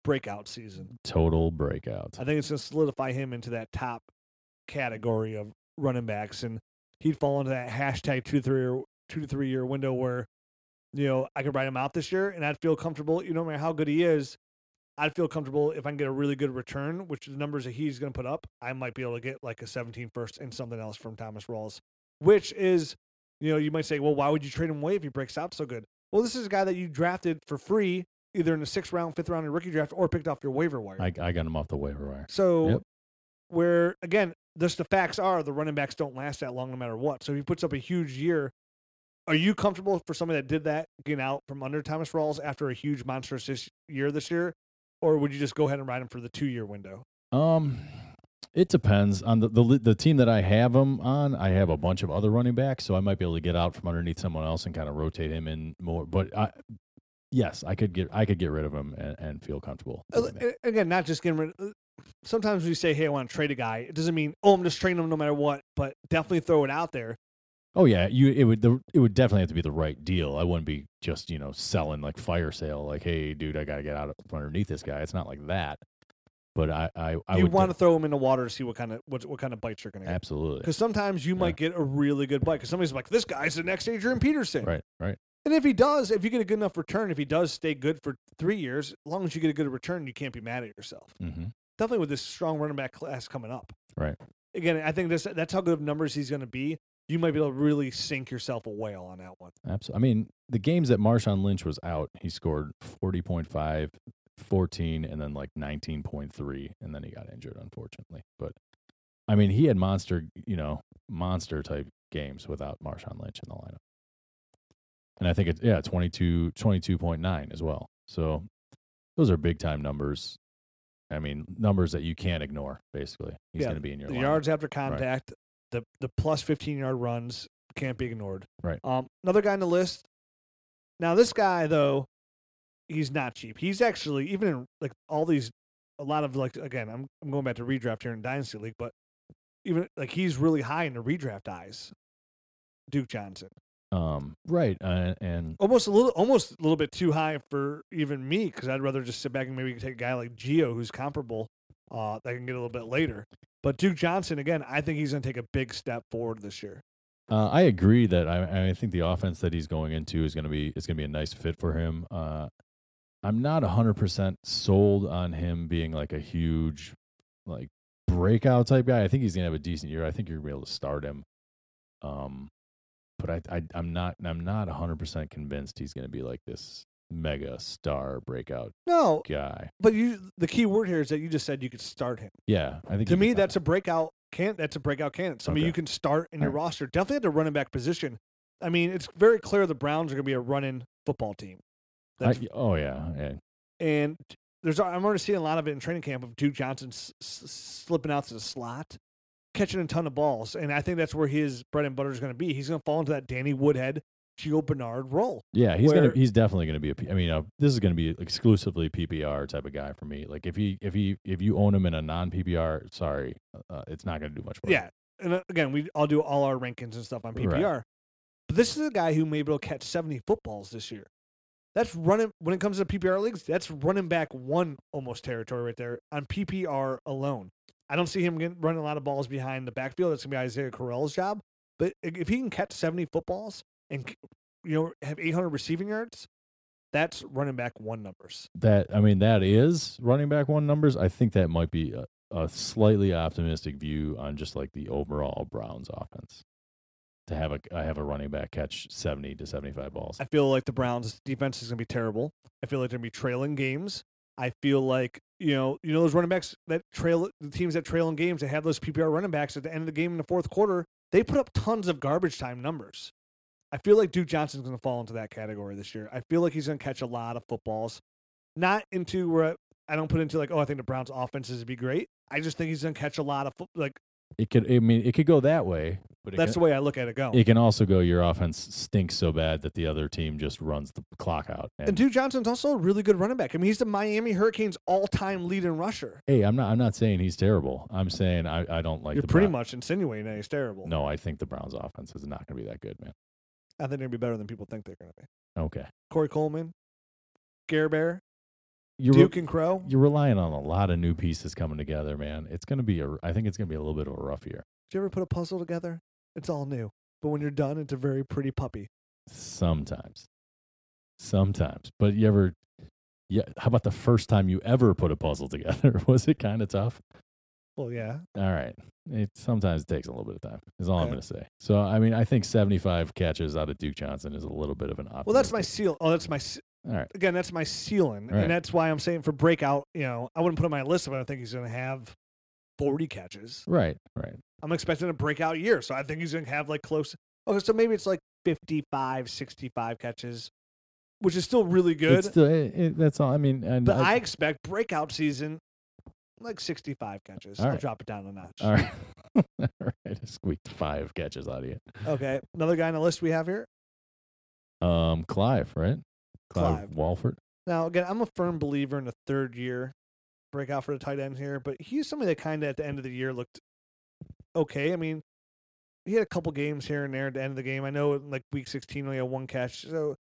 Speaker 2: Breakout season.
Speaker 3: Total breakout.
Speaker 2: I think it's gonna solidify him into that top category of running backs, and he'd fall into that hashtag two to three or two to three year window where, you know, I could write him out this year, and I'd feel comfortable. You know, no matter how good he is, I'd feel comfortable if I can get a really good return, which the numbers that he's going to put up, I might be able to get like a 17 first and something else from Thomas Rawls, which is, you know, you might say, well, why would you trade him away if he breaks out so good? Well, this is a guy that you drafted for free, either in the sixth round, fifth round, in rookie draft, or picked off your waiver wire.
Speaker 3: I, I got him off the waiver wire.
Speaker 2: So
Speaker 3: Yep.
Speaker 2: where again, just the facts are the running backs don't last that long no matter what. So if he puts up a huge year, are you comfortable for somebody that did that getting out from under Thomas Rawls after a huge monstrous this year this year? Or would you just go ahead and ride him for the two year window?
Speaker 3: Um, it depends on the, the li- the team that I have him on. I have a bunch of other running backs, so I might be able to get out from underneath someone else and kind of rotate him in more. But I, yes, I could get I could get rid of him and, and feel comfortable.
Speaker 2: Uh,
Speaker 3: doing that.
Speaker 2: a- Again, not just getting rid uh, sometimes we say, Hey, I want to trade a guy. It doesn't mean, oh, I'm just trading him no matter what, but definitely throw it out there.
Speaker 3: Oh yeah, you it would the, it would definitely have to be the right deal. I wouldn't be just you know selling like fire sale like hey dude I gotta get out from underneath this guy. It's not like that. But I I, I
Speaker 2: you
Speaker 3: would
Speaker 2: want to
Speaker 3: def-
Speaker 2: throw him in the water to see what kind of what, what kind of bites you're gonna get.
Speaker 3: absolutely
Speaker 2: Because sometimes you might get a really good bite. Because somebody's like, this guy's the next Adrian Peterson.
Speaker 3: right right
Speaker 2: And if he does, if you get a good enough return, if he does stay good for three years, as long as you get a good return, you can't be mad at yourself.
Speaker 3: hmm
Speaker 2: Definitely with this strong running back class coming up.
Speaker 3: Right.
Speaker 2: Again, I think this that's how good of numbers he's going to be. You might be able to really sink yourself a whale on that one.
Speaker 3: Absolutely. I mean, the games that Marshawn Lynch was out, he scored 40.5, 14, and then like 19.3, and then he got injured, unfortunately. But I mean, he had monster, you know, monster type games without Marshawn Lynch in the lineup. And I think it's, yeah, 22, 22.9 as well. So those are big time numbers. I mean, numbers that you can't ignore, basically. He's
Speaker 2: Yeah,
Speaker 3: going to be in your
Speaker 2: the
Speaker 3: lineup.
Speaker 2: yards after contact, the the plus 15 yard runs can't be ignored.
Speaker 3: Right.
Speaker 2: Um, another guy on the list Now this guy though, he's not cheap. He's actually even in like all these a lot of like again, I'm I'm going back to redraft here in Dynasty League, but even like he's really high in the redraft eyes. Duke Johnson.
Speaker 3: Um, right. Uh, and
Speaker 2: Almost a little almost a little bit too high for even me cuz I'd rather just sit back and maybe take a guy like Geo who's comparable uh that I can get a little bit later. But Duke Johnson again, I think he's going to take a big step forward this year.
Speaker 3: uh, I agree that I, I think the offense that he's going into is going to be is going to be a nice fit for him. Uh, I'm not 100% sold on him being like a huge like breakout type guy. I think he's going to have a decent year. I think you're going to be able to start him. Um but I, I I'm not I'm not 100% convinced he's going to be like this mega star breakout
Speaker 2: No,
Speaker 3: guy.
Speaker 2: but you the key word here is that you just said you could start him.
Speaker 3: Yeah, I think
Speaker 2: to
Speaker 3: he
Speaker 2: me,
Speaker 3: could-
Speaker 2: that's a breakout can that's a breakout candidate. Somebody
Speaker 3: Okay.
Speaker 2: you can start in your
Speaker 3: Alright.
Speaker 2: roster. Definitely at the running back position. I mean, it's very clear the Browns are going to be a running football team,
Speaker 3: I-
Speaker 2: that's-
Speaker 3: oh yeah, yeah.
Speaker 2: and there's I'm already seeing a lot of it in training camp of Duke Johnson s- s- slipping out to the slot, catching a ton of balls, and I think that's where his bread and butter is going to be. He's going to fall into that Danny Woodhead, Gio Bernard role.
Speaker 3: Yeah, he's
Speaker 2: where-
Speaker 3: gonna he's definitely gonna be a. P- I mean, uh, this is gonna be exclusively PPR type of guy for me. Like if he if he if you own him in a non PPR, sorry, uh, it's not gonna do much for you.
Speaker 2: Yeah, and uh, again, we all do all our rankings and stuff on
Speaker 3: Right.
Speaker 2: PPR. But this is a guy who maybe will catch seventy footballs this year. That's running when it comes to PPR leagues. That's running back one almost territory right there on PPR alone. I don't see him getting, running a lot of balls behind the backfield. That's gonna be Isaiah Correll's job. But i- if he can catch seventy footballs and c- you know have eight hundred receiving yards, that's running back one numbers.
Speaker 3: That I mean, that is running back one numbers. I think that might be a, a slightly optimistic view on just like the overall Browns offense. To have a I have a running back catch seventy to seventy five balls.
Speaker 2: I feel like the Browns' defense is going to be terrible. I feel like they're going to be trailing games. I feel like you know, you know those running backs that trail the teams that trail in games that have those PPR running backs at the end of the game in the fourth quarter. They put up tons of garbage time numbers. I feel like Duke Johnson's going to fall into that category this year. I feel like he's going to catch a lot of footballs, not into where I don't put into like, oh, I think the Browns' offenses would be great. I just think he's going to catch a lot of foot. Like
Speaker 3: It could I mean it could go that way, but it
Speaker 2: that's
Speaker 3: can,
Speaker 2: the way I look at it. Go.
Speaker 3: it can also go your offense stinks so bad that the other team just runs the clock out
Speaker 2: and Duke Johnson's also a really good running back. I mean, he's the Miami Hurricanes all-time leading rusher.
Speaker 3: Hey, I'm not. I'm not saying he's terrible. I'm saying I, I don't like.
Speaker 2: You're
Speaker 3: the
Speaker 2: pretty
Speaker 3: Brown-
Speaker 2: much insinuating that he's terrible.
Speaker 3: No, I think the Browns' offense is not going to be that good, man.
Speaker 2: I think they're gonna be better than people think they're gonna be.
Speaker 3: Okay,
Speaker 2: Corey Coleman, Gare Bear,
Speaker 3: you're re-
Speaker 2: Duke and Crow. Did
Speaker 3: you're relying on a lot of new pieces coming together, man. It's going to be a. I think it's going to be a little bit of a rough year.
Speaker 2: you ever put a puzzle together? It's all new. But when you're done, it's a very pretty puppy.
Speaker 3: Sometimes, sometimes. But you ever, yeah. How about the first time you ever put a puzzle together? Was it kind of tough?
Speaker 2: Well, yeah.
Speaker 3: All right. It sometimes takes a little bit of time. Is all I'm
Speaker 2: Okay.
Speaker 3: going to say. So I mean, I think 75 catches out of Duke Johnson is a little bit of an.
Speaker 2: Well, that's my
Speaker 3: optimistic-
Speaker 2: seal. Oh, that's my ce-
Speaker 3: All right.
Speaker 2: again. That's my ceiling,
Speaker 3: Right.
Speaker 2: and that's why I'm saying for breakout. You know, I wouldn't put him on my list if I don't think he's gonna have 40 catches.
Speaker 3: Right. Right.
Speaker 2: I'm expecting a breakout year, so I think he's gonna have like close. Okay, so maybe it's like 55, 65 catches, which is still really good.
Speaker 3: It's still, it, it, that's all. I mean, and
Speaker 2: But I, expect breakout season like 65 catches.
Speaker 3: All
Speaker 2: I'll
Speaker 3: right.
Speaker 2: drop it down a notch.
Speaker 3: all right, all right, I squeaked five catches out of you.
Speaker 2: Okay. Another guy on the list we have here.
Speaker 3: Um, Clive, right?
Speaker 2: Clive.
Speaker 3: Walford.
Speaker 2: Now, again, I'm a firm believer in the third year breakout for the tight end here, but he's somebody that kind of at the end of the year looked okay. I mean, he had a couple games here and there at the end of the game. I know in like week 16 only had one catch. So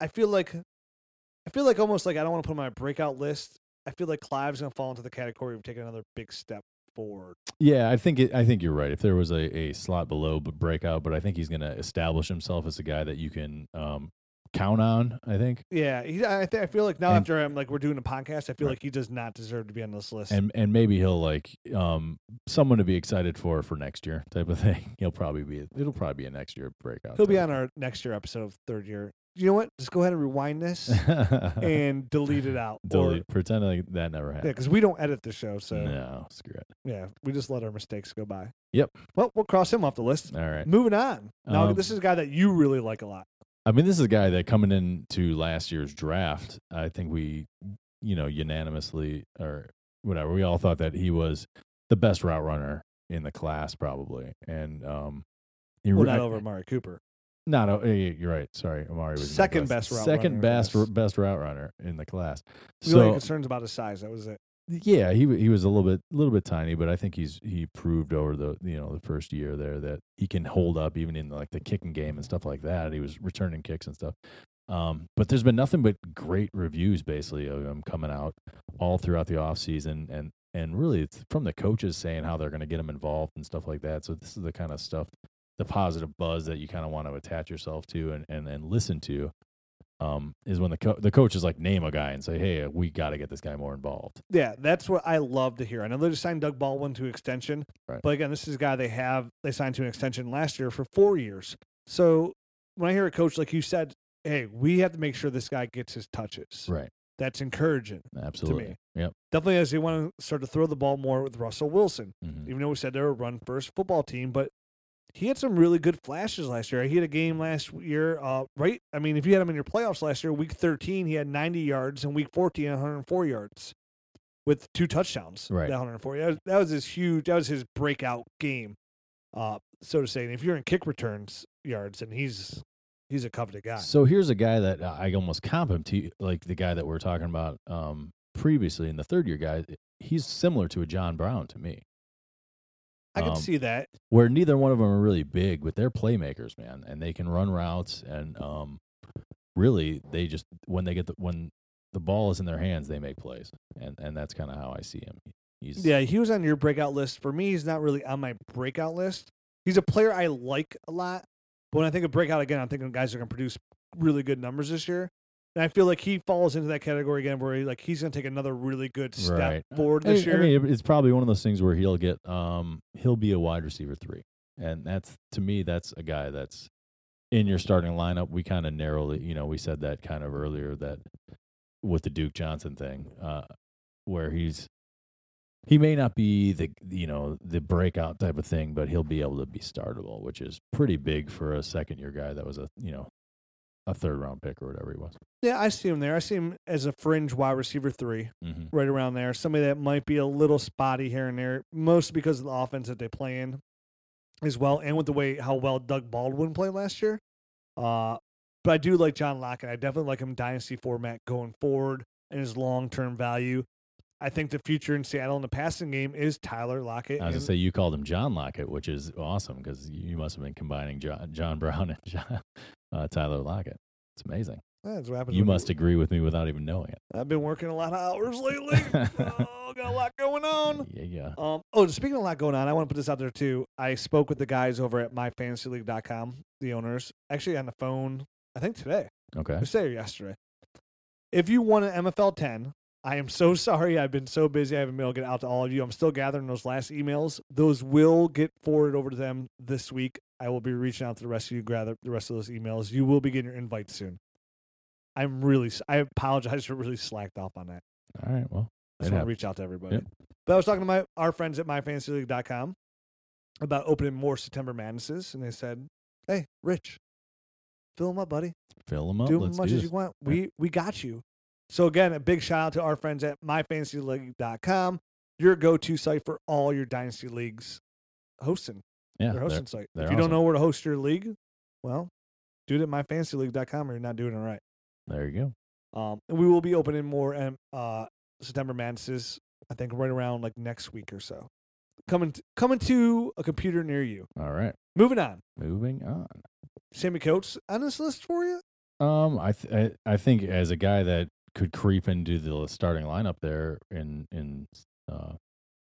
Speaker 2: I feel like, I feel like almost like I don't want to put him on my breakout list. I feel like Clive's going to fall into the category of taking another big step forward.
Speaker 3: Yeah, I think it, I think you're right. If there was a, a slot below but breakout, but I think he's going to establish himself as a guy that you can um count on. I think,
Speaker 2: Yeah, he, I th- I feel like now
Speaker 3: And-
Speaker 2: after I'm like we're doing a podcast, I feel
Speaker 3: Right.
Speaker 2: like he does not deserve to be on this list.
Speaker 3: and and maybe he'll like um someone to be excited for for next year type of thing. He'll probably be it'll probably be a next year breakout.
Speaker 2: He'll be
Speaker 3: type
Speaker 2: on our next year episode of third year. You know what? Just go ahead and rewind this
Speaker 3: of-
Speaker 2: and delete it out.
Speaker 3: delete. Pretend like that never
Speaker 2: Or, yeah,
Speaker 3: happened.
Speaker 2: because we don't edit the show, so
Speaker 3: no, screw it.
Speaker 2: yeah, we just let our mistakes go by.
Speaker 3: Yep.
Speaker 2: Well, we'll cross him off the list.
Speaker 3: All right.
Speaker 2: Moving on. Now
Speaker 3: Um,
Speaker 2: this is a guy that you really like a lot.
Speaker 3: I mean, this is a guy that coming into last year's draft, I think we, you know, unanimously or whatever, we all thought that he was the best route runner in the class, probably. And um, he
Speaker 2: Well,
Speaker 3: re-
Speaker 2: not over Mari Cooper.
Speaker 3: Not oh, yeah, yeah, you're right. Sorry, Amari was in the
Speaker 2: Second
Speaker 3: class.
Speaker 2: best route
Speaker 3: second
Speaker 2: runner in the
Speaker 3: best
Speaker 2: class.
Speaker 3: best route runner in the class.
Speaker 2: We only had
Speaker 3: So
Speaker 2: concerns about his size. That was it.
Speaker 3: yeah, he w- he was a little bit little bit tiny, but I think he's he proved over the you know the first year there that he can hold up even in like the kicking game and stuff like that. He was returning kicks and stuff. Um, but there's been nothing but great reviews basically of him coming out all throughout the off season and and really it's from the coaches saying how they're going to get him involved and stuff like that. So this is the kind of stuff the positive buzz that you kind of want to attach yourself to and and, and listen to. Um, is when the co- the coaches like name a guy and say, "Hey, we got to get this guy more involved."
Speaker 2: Yeah, that's what I love to hear. I know they just signed Doug Baldwin to extension,
Speaker 3: Right.
Speaker 2: but again, this is a guy they have they signed to an extension last year for four years. So when I hear a coach like you said, "Hey, we have to make sure this guy gets his touches,"
Speaker 3: Right.
Speaker 2: that's encouraging.
Speaker 3: Absolutely. Yep.
Speaker 2: Definitely, as they want to start to throw the ball more with Russell Wilson,
Speaker 3: Mhm.
Speaker 2: even though we said they're a run first football team, but he had some really good flashes last year. He had a game last year, uh, right? I mean, if you had him in your playoffs last year, week 13, he had 90 yards, and week 14, 104 yards with two touchdowns.
Speaker 3: Right.
Speaker 2: That 104. That was, that was his huge, that was his breakout game, uh, so to say. And if you're in kick returns yards, and he's he's a coveted guy.
Speaker 3: So here's a guy that I I almost comp him to, like the guy that we are talking about um, previously in the third year guy. He's similar to a John Brown to me,
Speaker 2: I can
Speaker 3: um,
Speaker 2: see that.
Speaker 3: where neither one of them are really big, but they're playmakers, man, and they can run routes and um, really they just when they get the when the ball is in their hands, they make plays, and and that's kind of how I see him. He's
Speaker 2: Yeah, he was on your breakout list. For me, he's not really on my breakout list. He's a player I like a lot, but when I think of breakout again, I'm thinking guys are going to produce really good numbers this year. And I feel like he falls into that category again, where he, like he's going to take another really good step
Speaker 3: Right.
Speaker 2: forward
Speaker 3: I-
Speaker 2: this
Speaker 3: I,
Speaker 2: year.
Speaker 3: mean, it- it's probably one of those things where he'll get um he'll be a wide receiver three, and that's to me that's a guy that's in your starting lineup. We kind of narrowly, you know, we said that kind of earlier that with the Duke Johnson thing, uh, where he's he may not be the you know the breakout type of thing, but he'll be able to be startable, which is pretty big for a second year guy that was a you know a third round pick or whatever he was.
Speaker 2: yeah, I see him there. I see him as a fringe wide receiver three,
Speaker 3: Mm-hmm.
Speaker 2: right around there. Somebody that might be a little spotty here and there, most because of the offense that they play in as well, and with the way how well Doug Baldwin played last year. Uh, but I do like John Lockett. I definitely like him dynasty format going forward and his long term value. I think the future in Seattle in the passing game is Tyler Lockett.
Speaker 3: I
Speaker 2: and-
Speaker 3: was gonna say you called him John Lockett, which is awesome because you must have been combining John, John Brown and John, uh, Tyler Lockett. It's amazing.
Speaker 2: Yeah, that's what happens
Speaker 3: You
Speaker 2: when
Speaker 3: must agree with me without even knowing it.
Speaker 2: I've been working a lot of hours lately. oh, got a lot going on.
Speaker 3: Yeah, yeah.
Speaker 2: Um, oh, speaking of a lot going on, I want to put this out there too. I spoke with the guys over at myfantasyleague.com, the owners, actually on the phone, I think today,
Speaker 3: Okay.
Speaker 2: today or yesterday. If you want an MFL 10, I am so sorry. I've been so busy. I haven't been able to get out to all of you. I'm still gathering those last emails. Those will get forwarded over to them this week. I will be reaching out to the rest of you, gather the rest of those emails. You will be getting your invites soon. I'm really, s- I apologize for really slacked off on that.
Speaker 3: All right. Well,
Speaker 2: I
Speaker 3: it
Speaker 2: just want to
Speaker 3: happens.
Speaker 2: reach out to everybody.
Speaker 3: Yep.
Speaker 2: But I was talking to my our friends at myfantasyleague.com about opening more September Madnesses, and they said, "Hey, Rich, fill them up, buddy.
Speaker 3: fill him up.
Speaker 2: do
Speaker 3: Let's
Speaker 2: as much
Speaker 3: do
Speaker 2: as
Speaker 3: this.
Speaker 2: you want.
Speaker 3: Yeah.
Speaker 2: We we got you." So again, a big shout out to our friends at myfantasyleague.com, your go-to site for all your dynasty leagues hosting. their
Speaker 3: yeah. they're-
Speaker 2: hosting site. If
Speaker 3: they're
Speaker 2: you don't
Speaker 3: awesome.
Speaker 2: know where to host your league, well, do it at myfantasyleague.com, or you're not doing it right.
Speaker 3: There you go.
Speaker 2: Um, and we will be opening more um, uh, September Madnesses, I think, right around like next week or so. Coming, t- coming to a computer near you.
Speaker 3: All right.
Speaker 2: Moving on.
Speaker 3: Moving on.
Speaker 2: Sammy Coates on this list for you?
Speaker 3: Um, I th- I I think as a guy that could creep into the starting lineup there in in uh,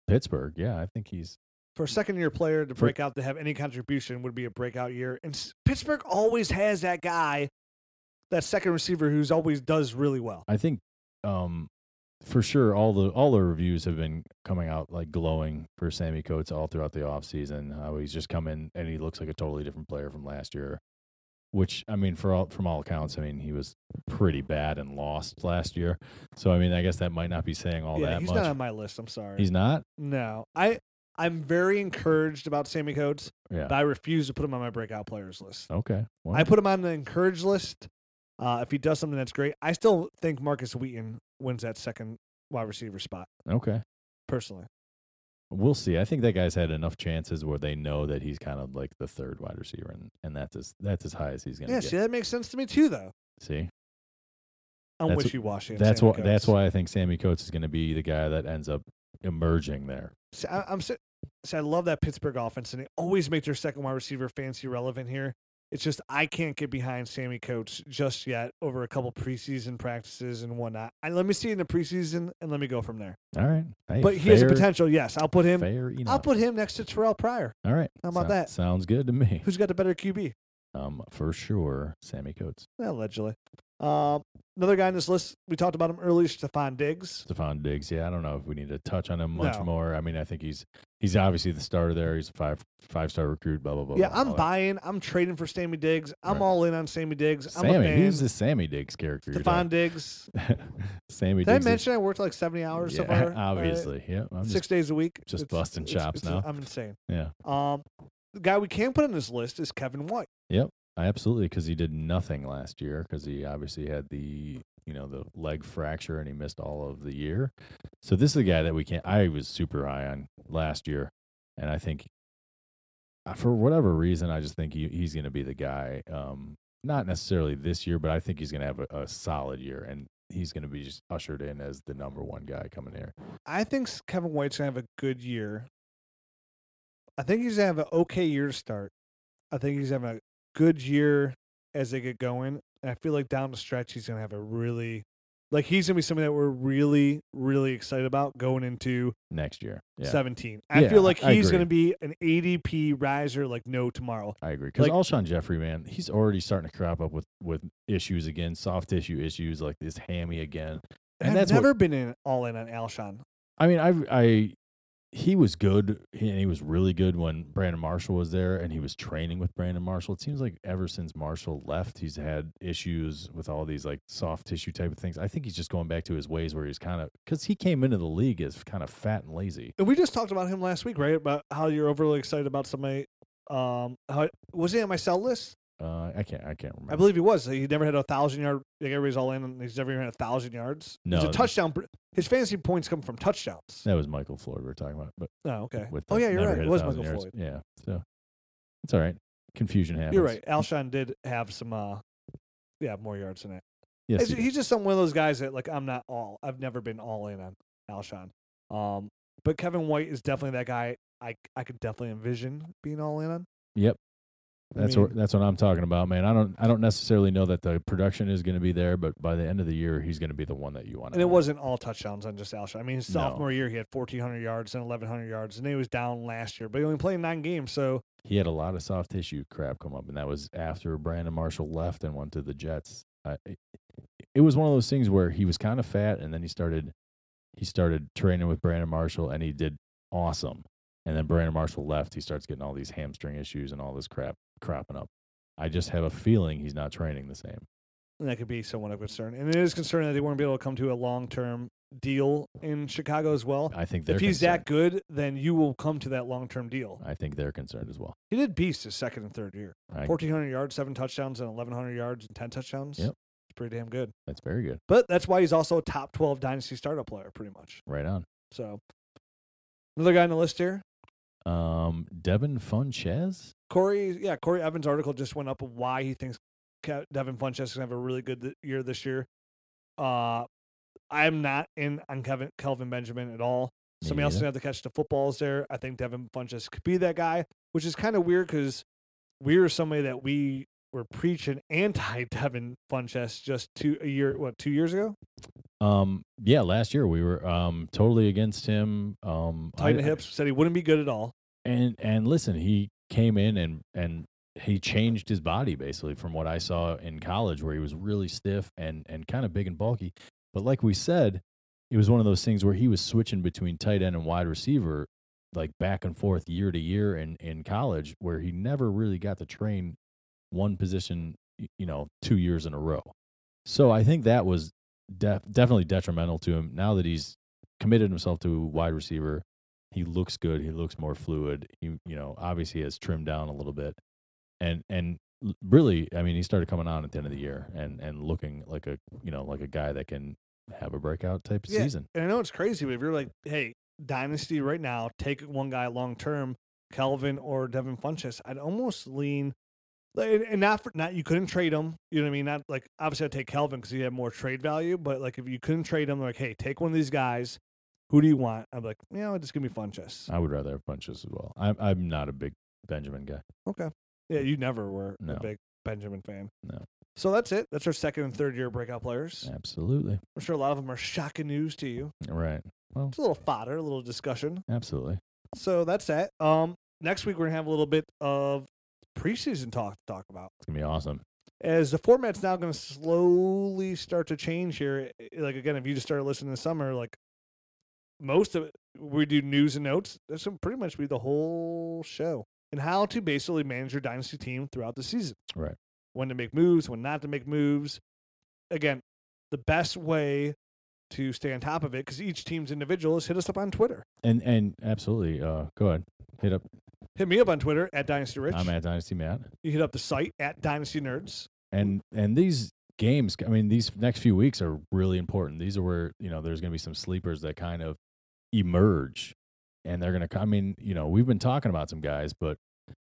Speaker 3: Pittsburgh, yeah, I think he's
Speaker 2: For a second year player to
Speaker 3: For-
Speaker 2: break out to have any contribution would be a breakout year. And s- Pittsburgh always has that guy, that second receiver who's always does really well.
Speaker 3: I think um for sure all the all the reviews have been coming out like glowing for Sammy Coates all throughout the offseason. How he's just come in and he looks like a totally different player from last year. Which I mean for all from all accounts, I mean he was pretty bad and lost last year. So I mean I guess that might not be saying all
Speaker 2: yeah,
Speaker 3: that
Speaker 2: he's
Speaker 3: much.
Speaker 2: not on my list. I'm sorry.
Speaker 3: he's not?
Speaker 2: no, I I'm very encouraged about Sammy Coates,
Speaker 3: Yeah.
Speaker 2: but I refuse to put him on my breakout players list.
Speaker 3: okay. Well,
Speaker 2: I put him on the encourage list. Uh, if he does something that's great, I still think Marcus Wheaton wins that second wide receiver spot
Speaker 3: okay.
Speaker 2: personally.
Speaker 3: We'll see. I think that guy's had enough chances where they know that he's kind of like the third wide receiver, and, and that's as that's as high as he's gonna
Speaker 2: Yeah,
Speaker 3: get.
Speaker 2: see, that makes sense to me too, though.
Speaker 3: See,
Speaker 2: I'm
Speaker 3: That's-
Speaker 2: wishy washy.
Speaker 3: that's why that's why I think Sammy Coates is gonna be the guy that ends up emerging there.
Speaker 2: See, I, I'm si- see, I love that Pittsburgh offense, and they always make their second wide receiver fancy relevant here. It's just I can't get behind Sammy Coates just yet over a couple preseason practices and whatnot. I, let me see in the preseason and let me go from there.
Speaker 3: All right, Hey,
Speaker 2: but he has a
Speaker 3: fair-
Speaker 2: potential. Yes, I'll put him.
Speaker 3: Fair
Speaker 2: I'll
Speaker 3: enough.
Speaker 2: put him next to Terrell Pryor.
Speaker 3: All right,
Speaker 2: How about
Speaker 3: sou-
Speaker 2: that?
Speaker 3: Sounds good to me.
Speaker 2: Who's got the better QB?
Speaker 3: Um, for sure, Sammy Coates,
Speaker 2: Allegedly. Um, another guy on this list, we talked about him earlier, Stephon Diggs.
Speaker 3: Stephon Diggs. Yeah, I don't know if we need to touch on him much
Speaker 2: No.
Speaker 3: more. I mean, I think he's he's obviously the starter there. He's a five five star recruit. Blah blah blah.
Speaker 2: Yeah,
Speaker 3: blah,
Speaker 2: I'm
Speaker 3: blah.
Speaker 2: buying. I'm trading for Sammy Diggs. I'm
Speaker 3: oh, Right.
Speaker 2: all in on Sammy Diggs. I'm a
Speaker 3: Sammy,
Speaker 2: fan.
Speaker 3: who's the Sammy Diggs character? you're
Speaker 2: Stephon Diggs.
Speaker 3: Sammy
Speaker 2: Did I
Speaker 3: Diggs. is-
Speaker 2: mention I worked like 70 hours so
Speaker 3: Yeah,
Speaker 2: far? Uh,
Speaker 3: Obviously, yeah. I'm
Speaker 2: six
Speaker 3: just,
Speaker 2: days a week.
Speaker 3: just busting chops
Speaker 2: it's-
Speaker 3: now.
Speaker 2: I'm insane.
Speaker 3: yeah,
Speaker 2: Um, the guy we can put on this list is Kevin White.
Speaker 3: I absolutely because he did nothing last year because he obviously had the you know the leg fracture and he missed all of the year. So this is a guy that we can't. I was super high on last year, and I think uh, for whatever reason, I just think he, he's going to be the guy. Um, not necessarily this year, but I think he's going to have a, a solid year and. He's going to be just ushered in as the number one guy coming here.
Speaker 2: I think s- Kevin White's gonna have a good year. I think he's gonna have an okay year to start. I think he's having a good year as they get going. And I feel like down the stretch he's gonna have a really like he's gonna be something that we're really, really excited about going into
Speaker 3: next year. Yeah,
Speaker 2: seventeen. I
Speaker 3: Yeah,
Speaker 2: feel like
Speaker 3: I
Speaker 2: he's
Speaker 3: agree.
Speaker 2: gonna be an ADP riser like no tomorrow.
Speaker 3: I agree. Because
Speaker 2: Like-
Speaker 3: Alshon Jeffrey, man, he's already starting to crop up with with issues again, soft tissue issues, like this hammy again.
Speaker 2: And
Speaker 3: And
Speaker 2: I've
Speaker 3: that's what-
Speaker 2: never been in all in on Alshon.
Speaker 3: I mean, I I he was good he- and he was really good when Brandon Marshall was there and he was training with Brandon Marshall. It seems like ever since Marshall left, he's had issues with all these like soft tissue type of things. I think he's just going back to his ways where he's kind of because he came into the league as kind of fat and lazy.
Speaker 2: And we just talked about him last week, right? About how you're overly excited about somebody. Um, how, was he on my sell list?
Speaker 3: Uh, I can't I can't remember.
Speaker 2: I believe he was. He never had a thousand yard. Like everybody's all in, and he's never even had a thousand yards. he's
Speaker 3: No.
Speaker 2: a touchdown. pr- His fantasy points come from touchdowns.
Speaker 3: that was Michael Floyd we were talking about, but
Speaker 2: Oh, okay.
Speaker 3: with
Speaker 2: Oh
Speaker 3: the
Speaker 2: yeah, you're
Speaker 3: never
Speaker 2: right.
Speaker 3: hit
Speaker 2: It
Speaker 3: a
Speaker 2: was
Speaker 3: thousand
Speaker 2: Michael
Speaker 3: yards.
Speaker 2: Floyd.
Speaker 3: Yeah, so it's all right. Confusion happens.
Speaker 2: You're right. Alshon did have some. uh Yeah, more yards than that.
Speaker 3: Yes,
Speaker 2: It's-
Speaker 3: he did.
Speaker 2: he's just some one of those guys that like I'm not all. I've never been all in on Alshon. Um, but Kevin White is definitely that guy. I I could definitely envision being all in on.
Speaker 3: Yep.
Speaker 2: I
Speaker 3: that's
Speaker 2: mean,
Speaker 3: what that's what I'm talking about, man. I don't I don't necessarily know that the production is going to be there, but by the end of the year, he's going to be the one that you want.
Speaker 2: And it wasn't all touchdowns on just Alshon. I mean, his
Speaker 3: No.
Speaker 2: sophomore year he had 1,400 yards and 1,100 yards, and he was down last year, but he only played nine games, so
Speaker 3: He had a lot of soft tissue crap come up, and that was after Brandon Marshall left and went to the Jets. I, it, it was one of those things where he was kind of fat, and then he started he started training with Brandon Marshall, and he did awesome. And then Brandon Marshall left. He starts getting all these hamstring issues and all this crap cropping up. I just have a feeling he's not training the same.
Speaker 2: And that could be somewhat of concern. And it is concerning that they won't be able to come to a long term deal in Chicago as well.
Speaker 3: I think they're
Speaker 2: If he's
Speaker 3: concerned.
Speaker 2: that good, then you will come to that long term deal.
Speaker 3: I think they're concerned as well.
Speaker 2: He did beast his second and third year
Speaker 3: I,
Speaker 2: 1,400 yards, seven touchdowns, and 1,100 yards and 10 touchdowns.
Speaker 3: Yep.
Speaker 2: It's pretty damn good.
Speaker 3: that's very good.
Speaker 2: But that's why he's also a top 12 dynasty startup player, pretty much.
Speaker 3: Right on.
Speaker 2: So, another guy on the list here.
Speaker 3: Um, Devin Funches.
Speaker 2: Corey, yeah, Corey Evans' article just went up of why he thinks Ke- Devin Funchess is gonna have a really good th- year this year. Uh, I'm not in on Kevin Kelvin Benjamin at all.
Speaker 3: Me
Speaker 2: Somebody else is
Speaker 3: neither.
Speaker 2: gonna have to catch the footballs there. I think Devin Funchess could be that guy, which is kind of weird because we're somebody that we were preaching anti Devin Funchess just two a year, what two years ago?
Speaker 3: Um, yeah, last year we were um totally against him. Um, I-
Speaker 2: Tighten the hips said he wouldn't be good at all.
Speaker 3: and and listen, he came in and and he changed his body basically from what I saw in college, where he was really stiff and and kind of big and bulky. But like we said, it was one of those things where he was switching between tight end and wide receiver, like back and forth year to year in in college, where he never really got to train one position, y- you know, two years in a row. So I think that was def- definitely detrimental to him. Now that he's committed himself to wide receiver, he looks good. He looks more fluid. He, you know, obviously has trimmed down a little bit, and and l- really, I mean, he started coming on at the end of the year and and looking like a you know like a guy that can have a breakout type of
Speaker 2: Yeah.
Speaker 3: season.
Speaker 2: And I know it's crazy, but if you're like, hey, dynasty right now, take one guy long term, Kelvin or Devin Funches, I'd almost lean. like, And and not for not you couldn't trade him. You know what I mean? Not like obviously I'd take Kelvin because he had more trade value. But like if you couldn't trade him, like hey, take one of these guys. Who do you want? I'm like, you know, just give me Funches.
Speaker 3: I would rather have punches as well. I'm I'm not a big Benjamin guy.
Speaker 2: Okay. Yeah, you never were
Speaker 3: No.
Speaker 2: a big Benjamin fan.
Speaker 3: No.
Speaker 2: So that's it. That's our second and third year breakout players.
Speaker 3: Absolutely.
Speaker 2: I'm sure a lot of them are shocking news to you.
Speaker 3: Right. Well,
Speaker 2: It's a little fodder, a little discussion.
Speaker 3: absolutely.
Speaker 2: So that's that. Um, next week we're gonna have a little bit of preseason talk to talk about.
Speaker 3: It's gonna be awesome.
Speaker 2: As the format's now gonna slowly start to change here. i- Like again, if you just started listening this summer, like most of it, we do news and notes. That's gonna pretty much be the whole show and how to basically manage your dynasty team throughout the season.
Speaker 3: Right.
Speaker 2: When to make moves, when not to make moves. Again, the best way to stay on top of it because each team's individual is hit us up on Twitter.
Speaker 3: And and absolutely. Uh, go ahead. Hit up.
Speaker 2: Hit me up on Twitter at Dynasty Rich.
Speaker 3: I'm at Dynasty Matt.
Speaker 2: you hit up the site at Dynasty Nerds.
Speaker 3: And and these games. I mean, these next few weeks are really important. These are where you know there's gonna be some sleepers that kind of emerge, and they're gonna. co- I mean, you know, we've been talking about some guys, but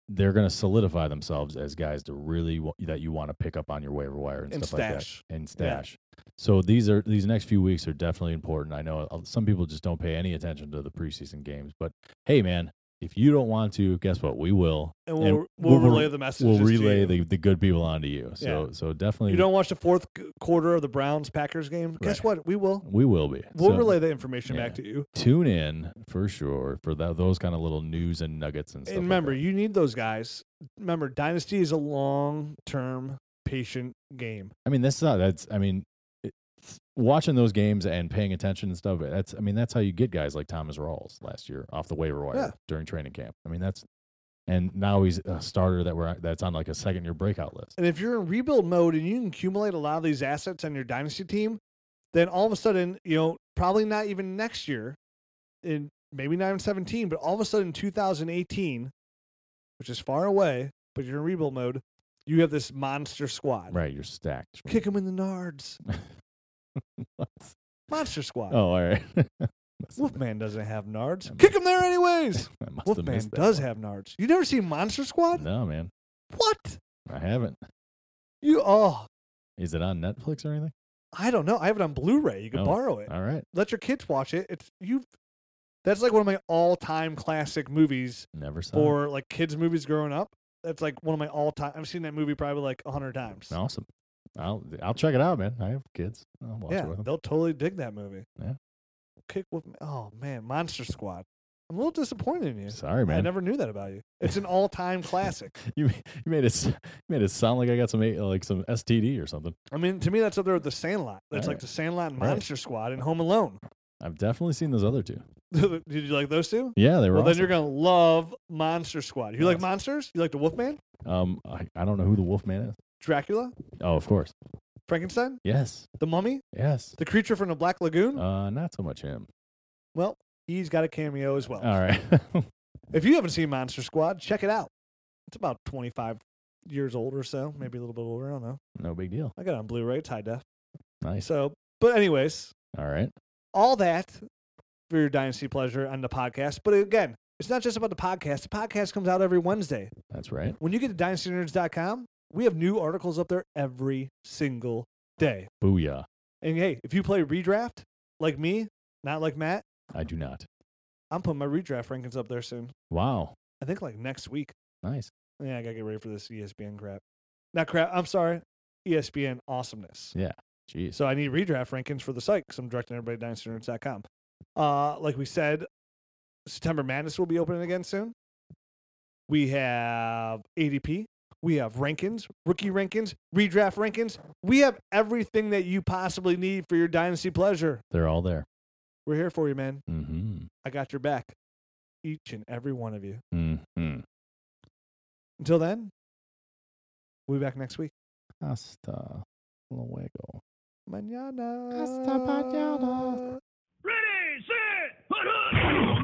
Speaker 3: they're gonna solidify themselves as guys to really wa- that you want to pick up on your waiver wire and,
Speaker 2: And
Speaker 3: stuff like that.
Speaker 2: stash.
Speaker 3: and stash. So these are these next few weeks are definitely important. I know uh, some people just don't pay any attention to the preseason games, but hey, man, if you don't want to, guess what? We will.
Speaker 2: And we'll,
Speaker 3: And
Speaker 2: we'll,
Speaker 3: we'll re-
Speaker 2: relay the message.
Speaker 3: We'll relay the, the good people onto you. So
Speaker 2: Yeah.
Speaker 3: so definitely
Speaker 2: You don't watch the fourth c- quarter of the Browns Packers game? Guess what? We will.
Speaker 3: we will be.
Speaker 2: We'll
Speaker 3: So
Speaker 2: relay the information
Speaker 3: yeah.
Speaker 2: back to you.
Speaker 3: Tune in for sure for tha- those kind of little news and nuggets and stuff.
Speaker 2: And
Speaker 3: like
Speaker 2: remember,
Speaker 3: that.
Speaker 2: you need those guys. Remember, Dynasty is a long term, patient game.
Speaker 3: I mean, that's not that's. I mean, it's- watching those games and paying attention and stuff. That's. I mean, that's how you get guys like Thomas Rawls last year off the waiver wire
Speaker 2: Yeah.
Speaker 3: during training camp. I mean, that's. And now he's a starter that we're that's on like a second year breakout list.
Speaker 2: And if you're in rebuild mode and you can accumulate a lot of these assets on your Dynasty team, then all of a sudden, you know, probably not even next year, in maybe not even 17, but all of a sudden 2018, which is far away, but you're in rebuild mode, you have this monster squad.
Speaker 3: Right, you're stacked.
Speaker 2: Kick them in the nards.
Speaker 3: What?
Speaker 2: Monster squad.
Speaker 3: oh, all right. Must have-
Speaker 2: Wolfman doesn't have nards.
Speaker 3: I
Speaker 2: Kick him there anyways.
Speaker 3: I must have
Speaker 2: Wolfman
Speaker 3: missed that
Speaker 2: does
Speaker 3: one.
Speaker 2: have nards. You never seen Monster Squad?
Speaker 3: No, man,
Speaker 2: What?
Speaker 3: I haven't.
Speaker 2: You oh,
Speaker 3: Is it on Netflix or anything?
Speaker 2: I don't know. I have it on Blu-ray. You can
Speaker 3: Oh,
Speaker 2: borrow it.
Speaker 3: All right.
Speaker 2: let your kids watch it. It's you. That's like one of my all-time classic movies
Speaker 3: Never saw. it.
Speaker 2: for like kids movies growing up. That's like one of my all-time. I've seen that movie probably like a hundred times.
Speaker 3: Awesome. I'll I'll check it out, man. I have kids. I'll watch
Speaker 2: yeah,
Speaker 3: it with them.
Speaker 2: they'll totally dig that movie.
Speaker 3: Yeah.
Speaker 2: Kick with oh man, Monster Squad. I'm a little disappointed in you.
Speaker 3: Sorry, man.
Speaker 2: I never knew that about you. It's an all-time classic.
Speaker 3: you ma- you made it s- you made it sound like I got some a- like some STD or something.
Speaker 2: I mean, to me, that's up there with The Sandlot. That's like
Speaker 3: Alright.
Speaker 2: The Sandlot and
Speaker 3: Right.
Speaker 2: Monster Squad and Home Alone.
Speaker 3: I've definitely seen those other two.
Speaker 2: Did you like those two?
Speaker 3: Yeah, they were.
Speaker 2: Well, then you're
Speaker 3: awesome.
Speaker 2: gonna love Monster Squad. You like
Speaker 3: Yes.
Speaker 2: monsters? You like the Wolfman,
Speaker 3: Um, I, I don't know who the Wolfman is.
Speaker 2: Dracula,
Speaker 3: Oh, of course.
Speaker 2: Frankenstein?
Speaker 3: Yes,
Speaker 2: The Mummy,
Speaker 3: yes.
Speaker 2: the creature from the Black Lagoon.
Speaker 3: Uh, not so much him.
Speaker 2: well, he's got a cameo as well.
Speaker 3: All right.
Speaker 2: If you haven't seen Monster Squad, check it out. It's about 25 years old or so, maybe a little bit older. I don't know.
Speaker 3: no big deal.
Speaker 2: I got it on Blu-ray, it's high def.
Speaker 3: Nice.
Speaker 2: So, but anyways,
Speaker 3: All right.
Speaker 2: all that for your dynasty pleasure on the podcast. But again, it's not just about the podcast. The podcast comes out every Wednesday.
Speaker 3: That's right.
Speaker 2: When you get to dynastynerds.com, we have new articles up there every single day.
Speaker 3: Booyah.
Speaker 2: And hey, if you play redraft like me, not like Matt,
Speaker 3: I do not.
Speaker 2: I'm putting my redraft rankings up there soon.
Speaker 3: Wow.
Speaker 2: I think like next week.
Speaker 3: Nice.
Speaker 2: Yeah, I gotta get ready for this E ESPN crap. Not crap. I'm sorry, E ESPN awesomeness.
Speaker 3: Jeez.
Speaker 2: So I need redraft rankings for the site because I'm directing everybody to dynastynerds.com. Uh, like we said, September Madness will be opening again soon. We have ADP. We have rankings, rookie rankings, redraft rankings. We have everything that you possibly need for your dynasty pleasure.
Speaker 3: They're all there.
Speaker 2: We're here for you, man.
Speaker 3: Mm-hmm.
Speaker 2: I got your back. Each and every one of you.
Speaker 3: Mm-hmm.
Speaker 2: Until then, we'll be back next week.
Speaker 3: Hasta luego.
Speaker 2: Mañana.
Speaker 3: Hasta mañana.
Speaker 1: Ready, set, put up.